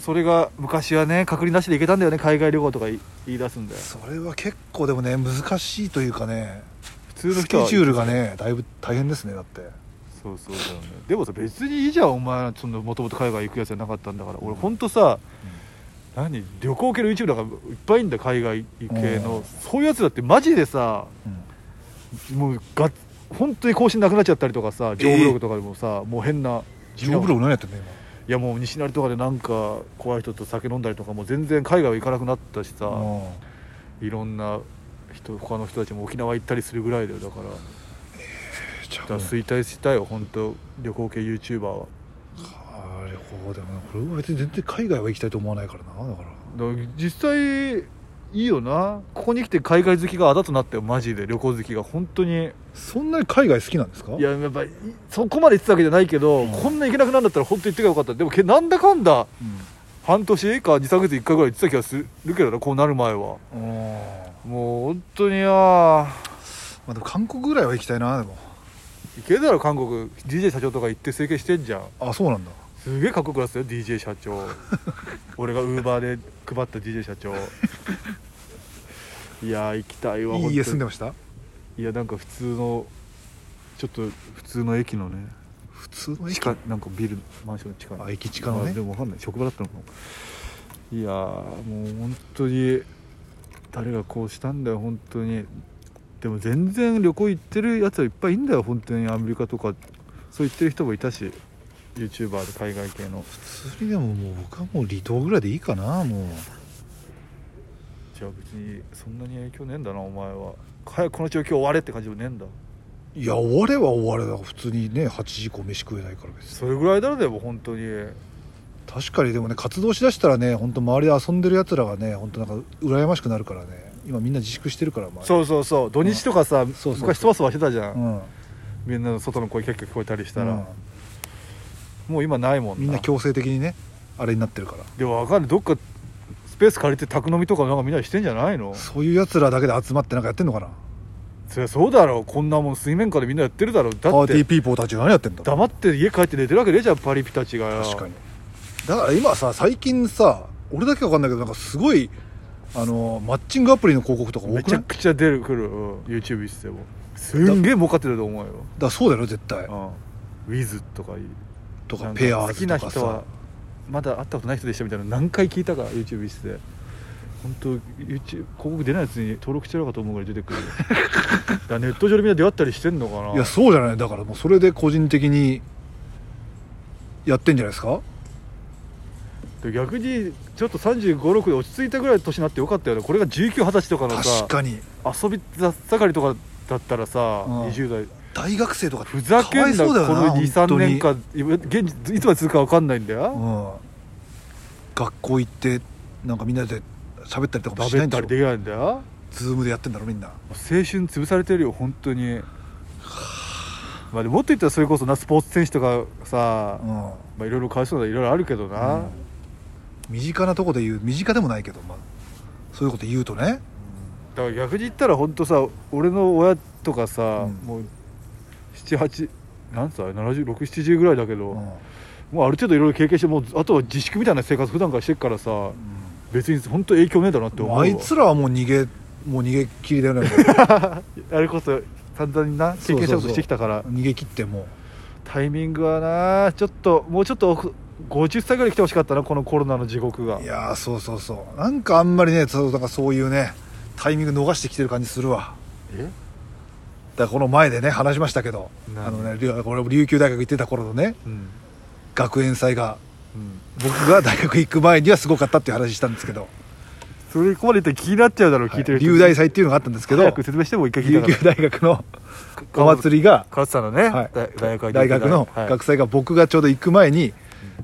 それが昔はね隔離なしで行けたんだよね海外旅行とかい言い出すんだよそれは結構でもね難しいというかね普通のス人はケジュールがねだいぶ大変ですねだってそうそうだよねでもさ別にいいじゃんお前らそのもともと海外行くやつじゃなかったんだから俺ほんとさ、何旅行系の YouTuber がいっぱいいんだよ海外系の、うんそういうやつだってマジでさうんもうが本当に更新なくなっちゃったりとかさジョーブログとかでもさ、もう変なジョブログ何やってんの今いやもう西成とかでなんか怖い人と酒飲んだりとかもう全然海外は行かなくなったしさ、うんいろんな人他の人たちも沖縄行ったりするぐらいだよだからじゃあだから衰退したよ本当旅行系 YouTuber はあれこうでもなこれは別に全然海外は行きたいと思わないからなだからだから実際いいよなここに来て海外好きがあだとなったよマジで旅行好きが本当にそんなに海外好きなんですかいややっぱいそこまで行ってたわけじゃないけど、うんこんな行けなくなるんだったら本当に行ってかよかったでもけなんだかんだ半年か23ヶ月1回ぐらい行ってた気がするけどなこうなる前はうんあもう本当にあーあまあでも韓国ぐらいは行きたいなでも行けるだろ韓国 DJ 社長とか行って整形してんじゃんあそうなんだすげえかっこよくなってたよ DJ 社 長俺がウーバーで配った DJ 社長いやー行きたいわい本い当に家住んでましたいやなんか普通のちょっと普通の駅のね普通の地駅下なんかビルマンションの地下のあ駅近のねまあでもわかんない職場だったのかないやーもう本当に誰がこうしたんだよ本当にでも全然旅行行ってるやつはいっぱいいんだよ本当にアメリカとかそう言ってる人もいたし YouTuber で海外系の普通にでももう僕はもう離島ぐらいでいいかなもうじゃあ別にそんなに影響ねえんだなお前は早くこの状況終われって感じもねえんだいや終われは終われだ普通にね8時以降飯食えないから別にそれぐらいだろでも本当に確かにでもね活動しだしたらね本当周りで遊んでるやつらがね本当なんか羨ましくなるからね今みんな自粛してるからまうそうそうそう土日とかさ、そうそう昔そわそわしてたじゃん、うんみんなの外の声結構聞こえたりしたら、うんもう今ないもんなみんな強制的にねあれになってるからでもわかんないどっかスペース借りて宅飲みとかなんかみんなしてんじゃないのそういうやつらだけで集まってなんかやってんのかなそりゃそうだろうこんなもん水面下でみんなやってるだろうパだっーティーてピーポーたちが何やってんだ黙って家帰って寝てるわけねえじゃんパリピたちがよ確かにだから今さ最近さ俺だけわかんないけどなんかすごいあのマッチングアプリの広告とか多くなめいちゃくちゃ出るくる、うん、YouTube 一世もすんげえ儲かってると思うよだそうだよね絶対うん、Wiz とかいいとかなんペアーズと好きなか人さはまだ会ったことない人でしたみたいな何回聞いたか YouTube 室で本当 YouTube 広告出ないやつに登録してるかと思うぐらい出て くるだからネット上でみんな出会ったりしてんのかないやそうじゃないだからもうそれで個人的にやってんじゃないですかで逆にちょっと3 5 6で落ち着いたぐらいの年になってよかったよねこれが1920歳とかのさ確かに遊びざっ盛りとかだったらさ、うん20代大学生とかふざけかわんないそうだよこなの23年本間今現実いつまで続くか分かんないんだよ、当にうん学校行ってなんかみんなで喋ったりとかも食しなべいんただりろできないんだよズームでやってんだろみんな青春潰されてるよ本当にまあでももっと言ったらそれこそなスポーツ選手とかさ、うんまあいろいろかわいそうなのいろいろあるけどな、うん身近なとこで言う身近でもないけど、まあ、そういうこと言うとねだから逆に言ったら本当さ俺の親とかさ、うんもう78何歳7 6 7 0ぐらいだけど、うんもうある程度いろいろ経験してもうあとは自粛みたいな生活普段からしてるからさ、別に本当影響ねえだろうなって思うわあいつらはもう逃げもう逃げ切りだよね あれこそ散々にな経験したことしてきたから逃げ切ってもタイミングはなちょっともうちょっと50歳ぐらい来てほしかったなこのコロナの地獄がういやーそうそうそうなんかあんまりねそうなんかそういうねタイミング逃してきてる感じするわえだからこの前でね話しましたけど何あのねりょ俺も琉球大学行ってた頃のねうん学園祭がうん僕が大学行く前にはすごかったっていう話したんですけどそれここまで言ったら気になっちゃうだろう、聞いてる人琉大祭っていうのがあったんですけど早く説明してもう一回聞い琉たから球大学のお祭りが川津さんのね、はい大大学は大学のはい学祭が僕がちょうど行く前に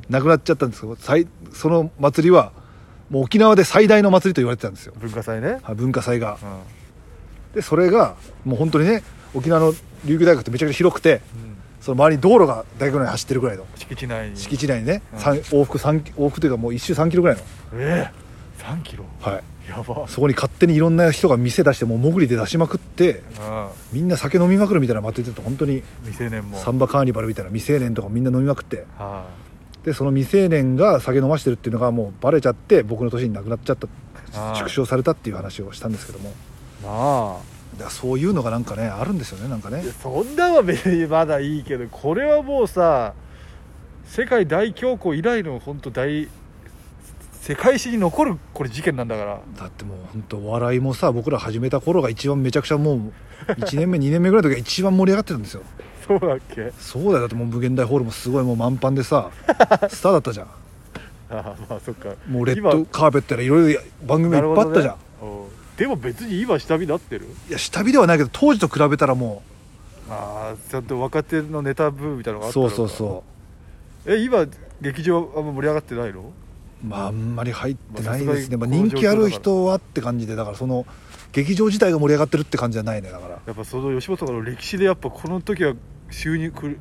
亡くなっちゃったんですけど最その祭りはもう沖縄で最大の祭りと言われてたんですよ文化祭ね、はい文化祭がうんでそれがもう本当にね沖縄の琉球大学ってめちゃくちゃ広くてその周りに道路が大学内に走ってるぐらいの敷地内に敷地内にね、うん三往復三往復というかもう1周3キロぐらいの、ええ3キロはい、やばそこに勝手にいろんな人が店出してもう潜りで出しまくってうみんな酒飲みまくるみたいな祭りだと本当にん未成年もサンバカーニバルみたいな未成年とかみんな飲みまくってはでその未成年が酒飲ましてるっていうのがもうバレちゃって僕の年になくなっちゃったあー縮小されたっていう話をしたんですけどもいなあだからそういうのがなんかねあるんですよねなんかねいやそんなんは別にまだいいけどこれはもうさ世界大恐慌以来の本当大世界史に残るこれ事件なんだからだってもう本当お笑いもさ僕ら始めた頃が一番めちゃくちゃもう1年目2年目ぐらい の時が一番盛り上がってたんですよそうだっけ そうだよだってもう無限大ホールもすごいもう満帆でさスターだったじゃんああまあそっかもうレッドカーペットやらいろいろ番組いっぱいあったじゃん、なるほどねうんでも別に今下火になってるいや下火ではないけど当時と比べたらもああちゃんと若手のネタブームみたいなのがあうったそのうかそうそうえ今劇場あんま盛り上がってないのまああんまり入ってないですね、ままああ、さすが人にこの気ある状人はって感じでだからその劇場自体が盛り上がってるって感じじゃないねだからやっぱその吉本とかの歴史でやっぱこの時は収入くる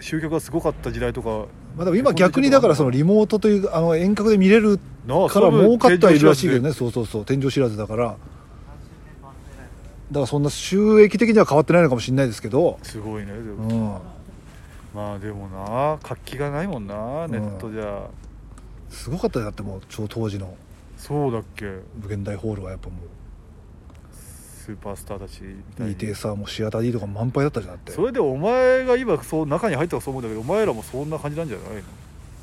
集客がすごかった時代とかまあ、でも今逆にだからそのリモートというあの遠隔で見れるなあから儲かってはいるらしいけどねねそうそうそう天井知らずだからだからそんな収益的には変わってないのかもしれないですけどすごいねでうもんまあでもな活気がないもんなネットじゃ、すごかったよだってもう超当時のそうだっけ無限大ホールはやっぱもスーパースターたちみたう E いにテーサーもシアター D とか満杯だったじゃんだってそれでお前が今そう中に入ったからそう思うんだけどお前らもそんな感じなんじゃないの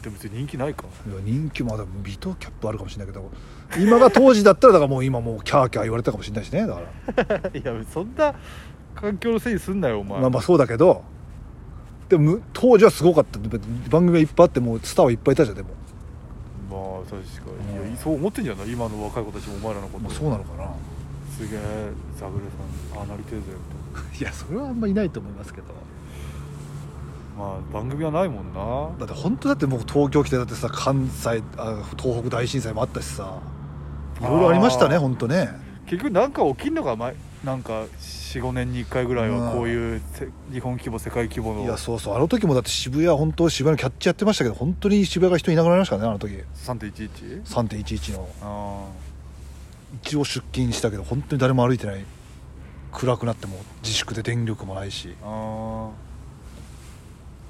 でも別に人気ないかいや人気もまだビトキャップあるかもしれないけど今が当時だったらだからもう今もうキャーキャー言われたかもしれ ないしねだからいやそんな環境のせいにすんなよお前、まあまあそうだけどでも当時はすごかった番組がいっぱいあってもうスターはいっぱいいたじゃんでもまあ確かに、いやそう思ってんじゃない今の若い子たちもお前らのこと、まあそうなの かなすげえザグレさんああなりてえぜみいやそれはあんまいないと思いますけどたいなまあ番組はないもんなだって本当だってもう東京来てだってさ関西あ東北大震災もあったしさいろいろありましたねあー本当ね結局なんか起きんのか前なんか45年に1回ぐらいはこういうせ日本規模世界規模のいやそうそうあの時もだって渋谷本当渋谷のキャッチやってましたけど本当に渋谷が人いなくなりましたからねあの時3.11 3.11のあ一応出勤したけど本当に誰も歩いてない暗くなっても自粛で電力もないしああ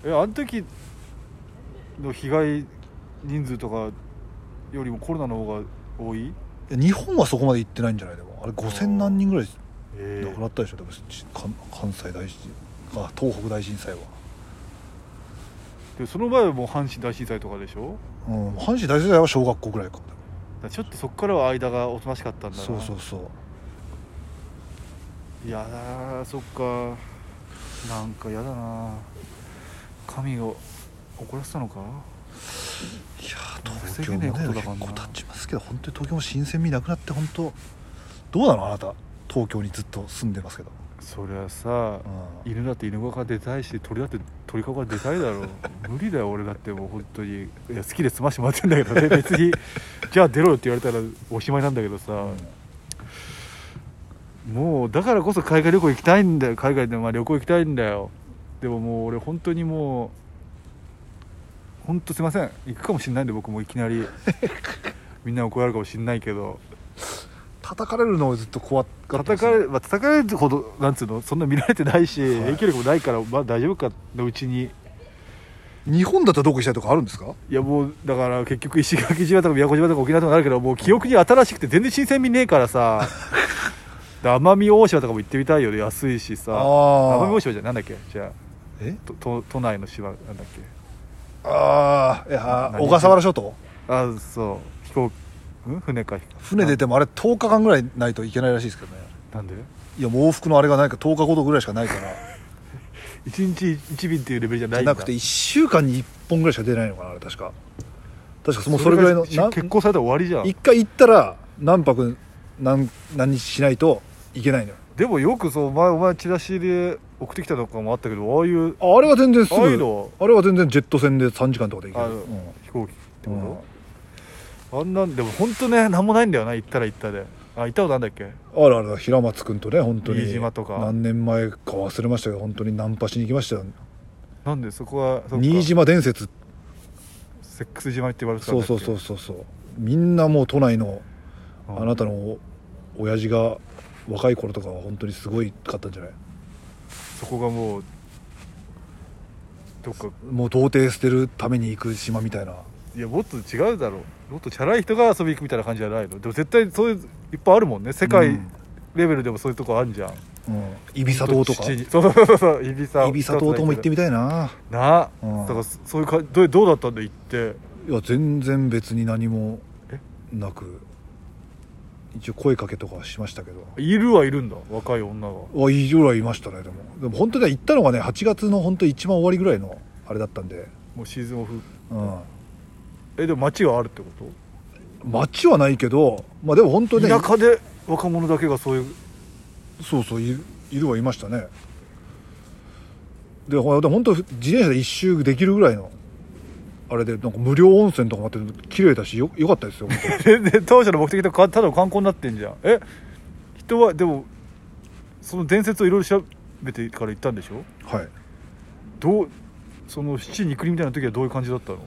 ーえあの時の被害人数とかよりもコロナの方が多いいや日本はそこまで行ってないんじゃないでもあれ5000何人ぐらいえ亡くなったでしょ、でもち関関西大震あ東北大震災は、でその前はもう阪神大震災とかでしょうん、阪神大震災は小学校ぐらいかだからちょっとそこからは間がおとなしかったんだなそうそうそういやだそっかなんかやだな神を怒らせたのかいやー東京もね防げねえことだ結からな構経ちますけど本当に東京も新鮮味なくなって本当どうなのあなた東京にずっと住んでますけど、そりゃさうん、犬だって犬が出たいし鳥だって鳥かごが出たいだろう無理だよ俺だってもう本当にいや好きで済ましてもらってんだけどね別にじゃあ出ろよって言われたらおしまいなんだけどさ、もうだからこそ海外旅行行きたいんだよ海外でまあ旅行行きたいんだよでももう俺本当にもう本当すいません行くかもしれないんで僕もいき なりみんな怒られるかもしれないけど叩かれるのをずっと怖かったで叩すかねれ,、まあ、叩かれるほどなんつうのそんな見られてないし、影響力もないからまあ大丈夫かのうちに日本だったらどこ行きたいとかあるんですかいやもうだから結局石垣島とか宮古島とか沖縄とかなるけどもう記憶に新しくて全然新鮮味ねえから さで奄美大島とかも行ってみたいよね安いしさあー奄美大島じゃなんだっけじゃえあと都都内の島なんだっけああいや何小笠原諸島あそう飛行ん船か船出てもあれ10日間ぐらいないといけないらしいですけどねなんでいやもう往復のあれがないから10日ごとぐらいしかないから一日一便っていうレベルじゃじなゃいんだなくて1週間に1本ぐらいしか出ないのかなあれ確か確かもうそれぐらいのそれがな結婚されたら終わりじゃん一回行ったら何泊何何日しないといけないのよでもよくそうお前お前チラシで送ってきたとかもあったけどああいうああれは全然すぐああいうのあれは全然ジェット船で3時間とかで行けあるのうん飛行機ってうんこ、と、あんなんでも本当ね何もないんだよな行ったら行ったであ行ったことあるんだっけあらあら平松君とね本当に飯島とか何年前か忘れましたけど本当にナンパしに行きましたよなんでそこはそっか新島伝説セックス島って言われてたんそだうっけそうそうそうそうみんなもう都内のうんあなたのお親父が若い頃とかは本当にすごいかったんじゃないそこがもうどっかもう童貞捨てるために行く島みたいないやもっと違うだろうもっとチャラい人が遊び行くみたいな感じじゃないのでも絶対そういういっぱいあるもんね世う界んレベルでもそういうとこあるじゃんうんいびさ島とか父に そうそうそうそういびさいびさ島とも行ってみたいななあ、うんだからそそういうかどうどうだったんだ行っていや全然別に何もえなく一応声かけとかはしましたけどいるはいるんだ若い女があいいぐらいいましたねでもでも本当には行ったのがね8月の本当一番終わりぐらいのあれだったんで、もうシーズンオフうん、えでも街があるってこ街はないけどまあでも本当とね田舎で若者だけがそういう そうそういるいるはいましたねでほらでも本当自転車で一周できるぐらいのあれでなんか無料温泉とかもあって綺麗だしよよかったですよ本当全然当初の目的とかただの観光になってんじゃんえ人はでもその伝説をいろいろ調べてから行ったんでしょはいどうその七にくりみたいな時はどういう感じだったの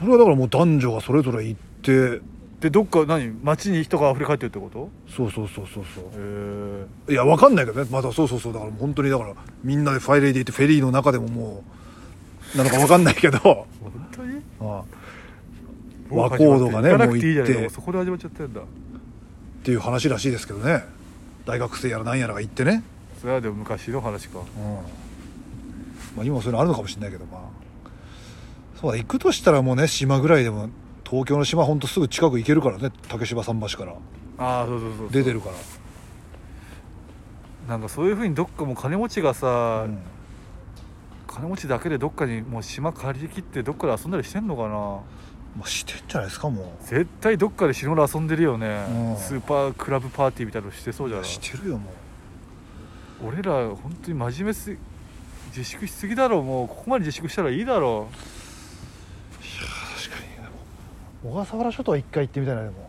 それはだからもう男女がそれぞれ行ってでどっか何街に人が溢れ返ってるってことそうそうそうそうそうへえいやわかんないけどねまだそうそうそうだからもう本当にだからみんなでファイレーで行ってフェリーの中でももうなのかわかんないけど 本当にああ和光堂がね行かなくていいじゃないもう行のってそこで始まっちゃってんだっていう話らしいですけどね大学生やら何やらが行ってね、それはでも昔の話かうんまあ、今もそういうのあるのかもしれないけどまあそうだ行くとしたらもうね島ぐらいでも東京の島ほんとすぐ近く行けるからね竹芝桟橋からああそうそうそうそう出てるからなんかそういうふうにどっかもう金持ちがさ、うん金持ちだけでどっかにもう島借り切ってどっかで遊んだりしてんのかなまあ、してんじゃないですかもう絶対どっかで死ぬほど遊んでるよね、うんスーパークラブパーティーみたいなのしてそうじゃないしてるよもう俺ら本当に真面目す自粛しすぎだろもうここまで自粛したらいいだろ確かにでも小笠原諸島は一回行ってみたいなでも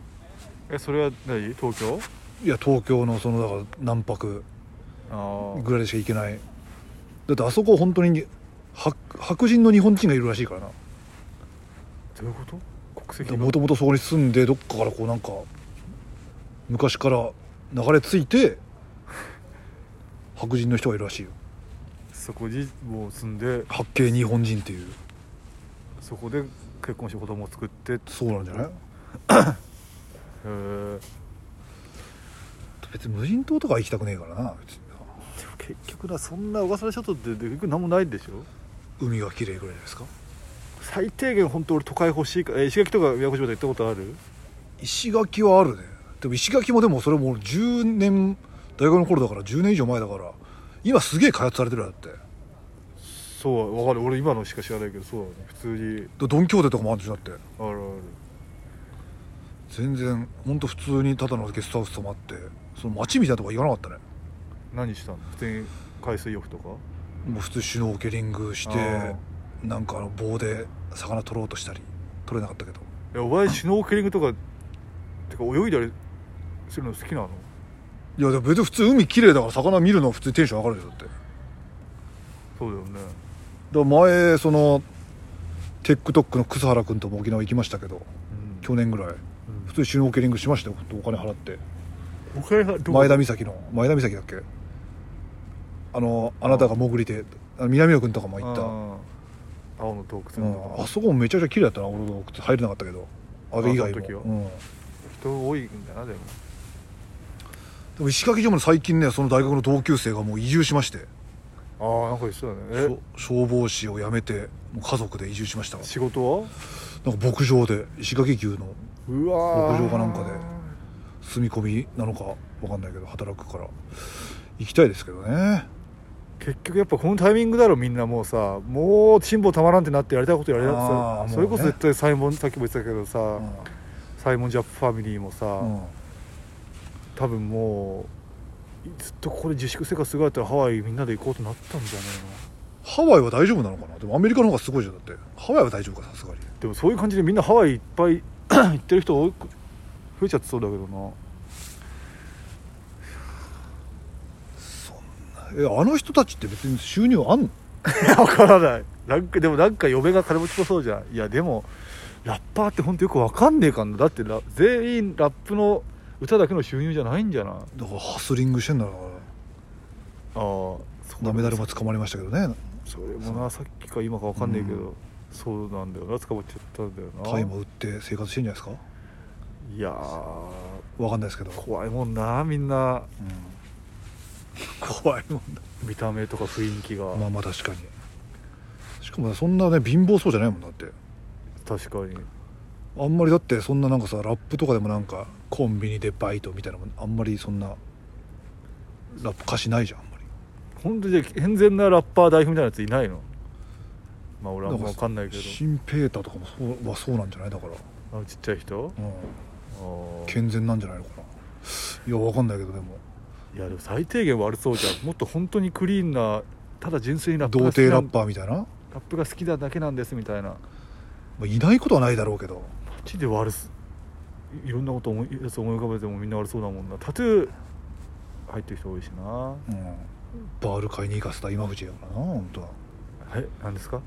えそれは何東京いや東京のそのだから何泊ああぐらいしか行けないだってあそこ本当に白白人の日本人がいるらしいからなどういうこと国籍がもともとそこに住んでどっかからこうなんか昔から流れ着いて白人の人がいるらしいよそこにもう住んで白系日本人っていうそこで結婚して子供を作ってへそうなんじゃないえ別に無人島とかは行きたくねえからな別にでも結局なそんな小笠原諸島って結局何もないんでしょ海が綺麗ぐらいじゃないですか最低限本当俺都会欲しいからえ石垣とか宮古島とか行ったことある石垣はあるねでも石垣もでもそれもう10年大学の頃だから10年以上前だから今すげえ開発されてるよだってそうわかる俺今のしか知らないけどそうだね普通にでドン・キホーテとかもあるんでしょだってあるある全然ほんと普通にただのゲストハウス泊まってその街みたいなとこ行かなかったね何したの普通に海水浴とかもう普通シュノーケリングしてあなんかあの棒で魚取ろうとしたり取れなかったけどえお前シュノーケリングとかてか泳いだりするの好きなのいやでも別に普通海綺麗だから魚見るのは普通にテンション上がるよだってだかそうだよねら前その TikTok の楠原君とも沖縄行きましたけどうん去年ぐらい普通にシュノーケリングしましたよほんとお金払ってお金がどこ前田岬の前田岬だっけあのあなたが潜りであの南野君とかも行ったあ青の洞う窟のとん、こあそこもめちゃくちゃ綺麗だったな俺の靴入れなかったけどあれ以外あもその時はうん、で人多いんだなでもも石垣島も最近ねその大学の同級生がもう移住しましてああなんか一緒だしねょ消防士を辞めてもう家族で移住しましたえわ仕事はなんか牧場で石垣牛のうわー牧場かなんかで住み込みなのかわかんないけど働くから行きたいですけどね結局やっぱこのタイミングだろみんなもうさもう辛抱たまらんってなってやりたいことやりたいあさーそれこもそうね絶対サイモンさっきも言ってたけどさ、うんサイモンジャップファミリーもさ、うん多分もうずっとここで自粛生活するぐらいだったらハワイみんなで行こうとなったんじゃないのハワイは大丈夫なのかなでもアメリカの方がすごいじゃんだってハワイは大丈夫かさすがにでもそういう感じでみんなハワイいっぱい 行ってる人多く増えちゃってそうだけどなえあの人たちって別に収入あんの分からないなんかでもなんか嫁が金持ちもそうじゃんいやでもラッパーって本当よく分かんねえかんなだってラ全員ラップの歌だけの収入じゃないんじゃないだからハスリングしてんだからああダメだるま捕まりましたけどねそれもなさっきか今か分かんないけど、うんそうなんだよな捕まっちゃったんだよなタイも売って生活してんじゃないですかいやーわかんないですけど、怖いもんなみんなうん怖いもんだ見た目とか雰囲気が、まあまあ確かにしかもそんなね貧乏そうじゃないもんだって確かにあんまりだってそんななんかさラップとかでもなんかコンビニでバイトみたいなもんあんまりそんなラップ歌詞ないじゃんあんまり本当じゃあ健全なラッパー代表みたいなやついないのまあ俺はもう分かんないけど新ペーターとかもそうはそうなんじゃないだから、あのちっちゃい人うん、あー健全なんじゃないのかないやわかんないけどでもいやでも最低限悪そうじゃんもっと本当にクリーンなただ純粋にラップ童が好きな貞ラッパーみたいな、まラップが好きなだけなんですみたいなこあ、いないことはないだろうけどっちで悪すいろんなこと思いやつ思い浮かべてもみんな悪そうだもんなタトゥー入ってる人多いしなうん、バール買いに行かせた今藤やからな本当はえ何ですか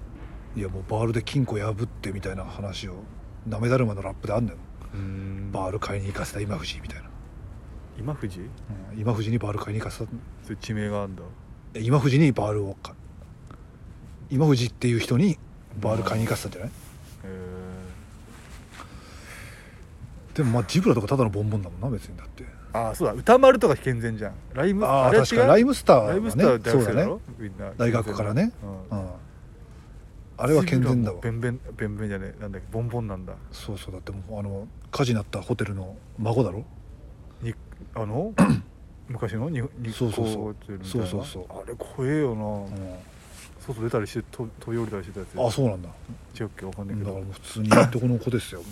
いやもうバールで金庫破ってみたいな話をなめだるまのラップであんのようーんバール買いに行かせた今藤みたいな、今藤うん、今藤にバール買いに行かせたそれ地名があるんだえ今藤にバールを買い今藤っていう人にバール買いに行かせたんじゃない、へえでもまあジブラとかただのボンボンだもんな別にだってああそうだ歌丸とか健全じゃんライムああれは確かにライムスターラはイムスターねは大そう学だ生だねろ、みんな大学からね、ううんん、あれは健全だわベンベンベンベンじゃねえなんだっけボンボンなんだそうそうだってもうあの火事になったホテルの孫だろに あの昔のに日そう光そうそうホテルみたいなそうそうそあれ怖えよな、う外出たりしてと飛び降りたりしてたやつん、あそうなんだ違うっけわかんなだかいらけどもう普通にいいとこの子ですよ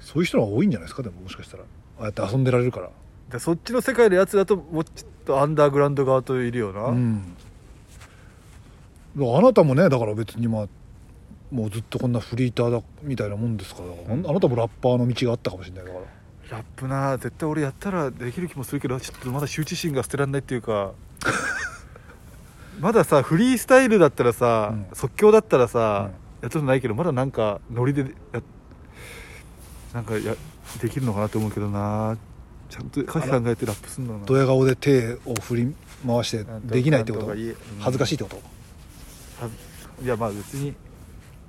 そういう人が多いんじゃないですかでももしかしたらああやって遊んでられるからでそっちの世界のやつだともうちょっとアンダーグラウンド側といるよな、うんだからあなたもねだから別にまあもうずっとこんなフリーターだみたいなもんですからだからあんあなたもラッパーの道があったかもしれないだからラップな絶対俺やったらできる気もするけどちょっとまだ羞恥心が捨てらんないっていうか まださフリースタイルだったらさ、うん即興だったらうさ、んやったことないけどまだなんかノリでやなんかやできるのかなと思うけどなちゃんと歌詞考えてラップすんだなドヤ顔で手を振り回してできないってこなとんとか言え恥ずかしいってこといやまあ別に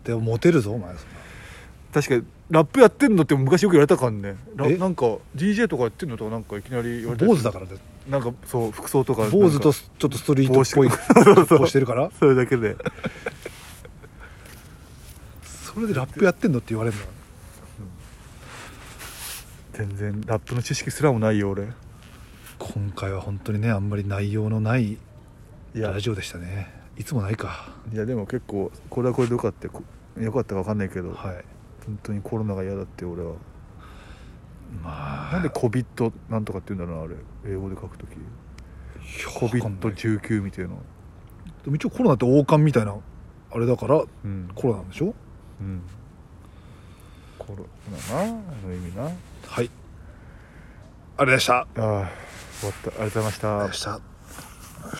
でもモテるぞお前そんな確かにラップやってんのって昔よく言われたかんねラえなんか DJ とかやってんのとかなんかいきなり言われたり坊主だからねなんかそう服装とか坊主なとんかちょっとストリートっぽい帽子そうそう格好してるから それだけでそれでラップやってんのって言われるの全然ラップの知識すらもないよ俺今回は本当にねあんまり内容のないいやラジオでしたねいつもないかいやでも結構これはこれでよかったよこよかったか分かんないけど、はい本当にコロナが嫌だって俺はまあなんで COVID なんとかって言うんだろうなあれ英語で書くときわかんない COVID19 みたいなでも一応コロナって王冠みたいなあれだからうんコロナなんでしょうんコロナなあの意味なあはいあれでしたああ終わったありがとうございましたりがとうございました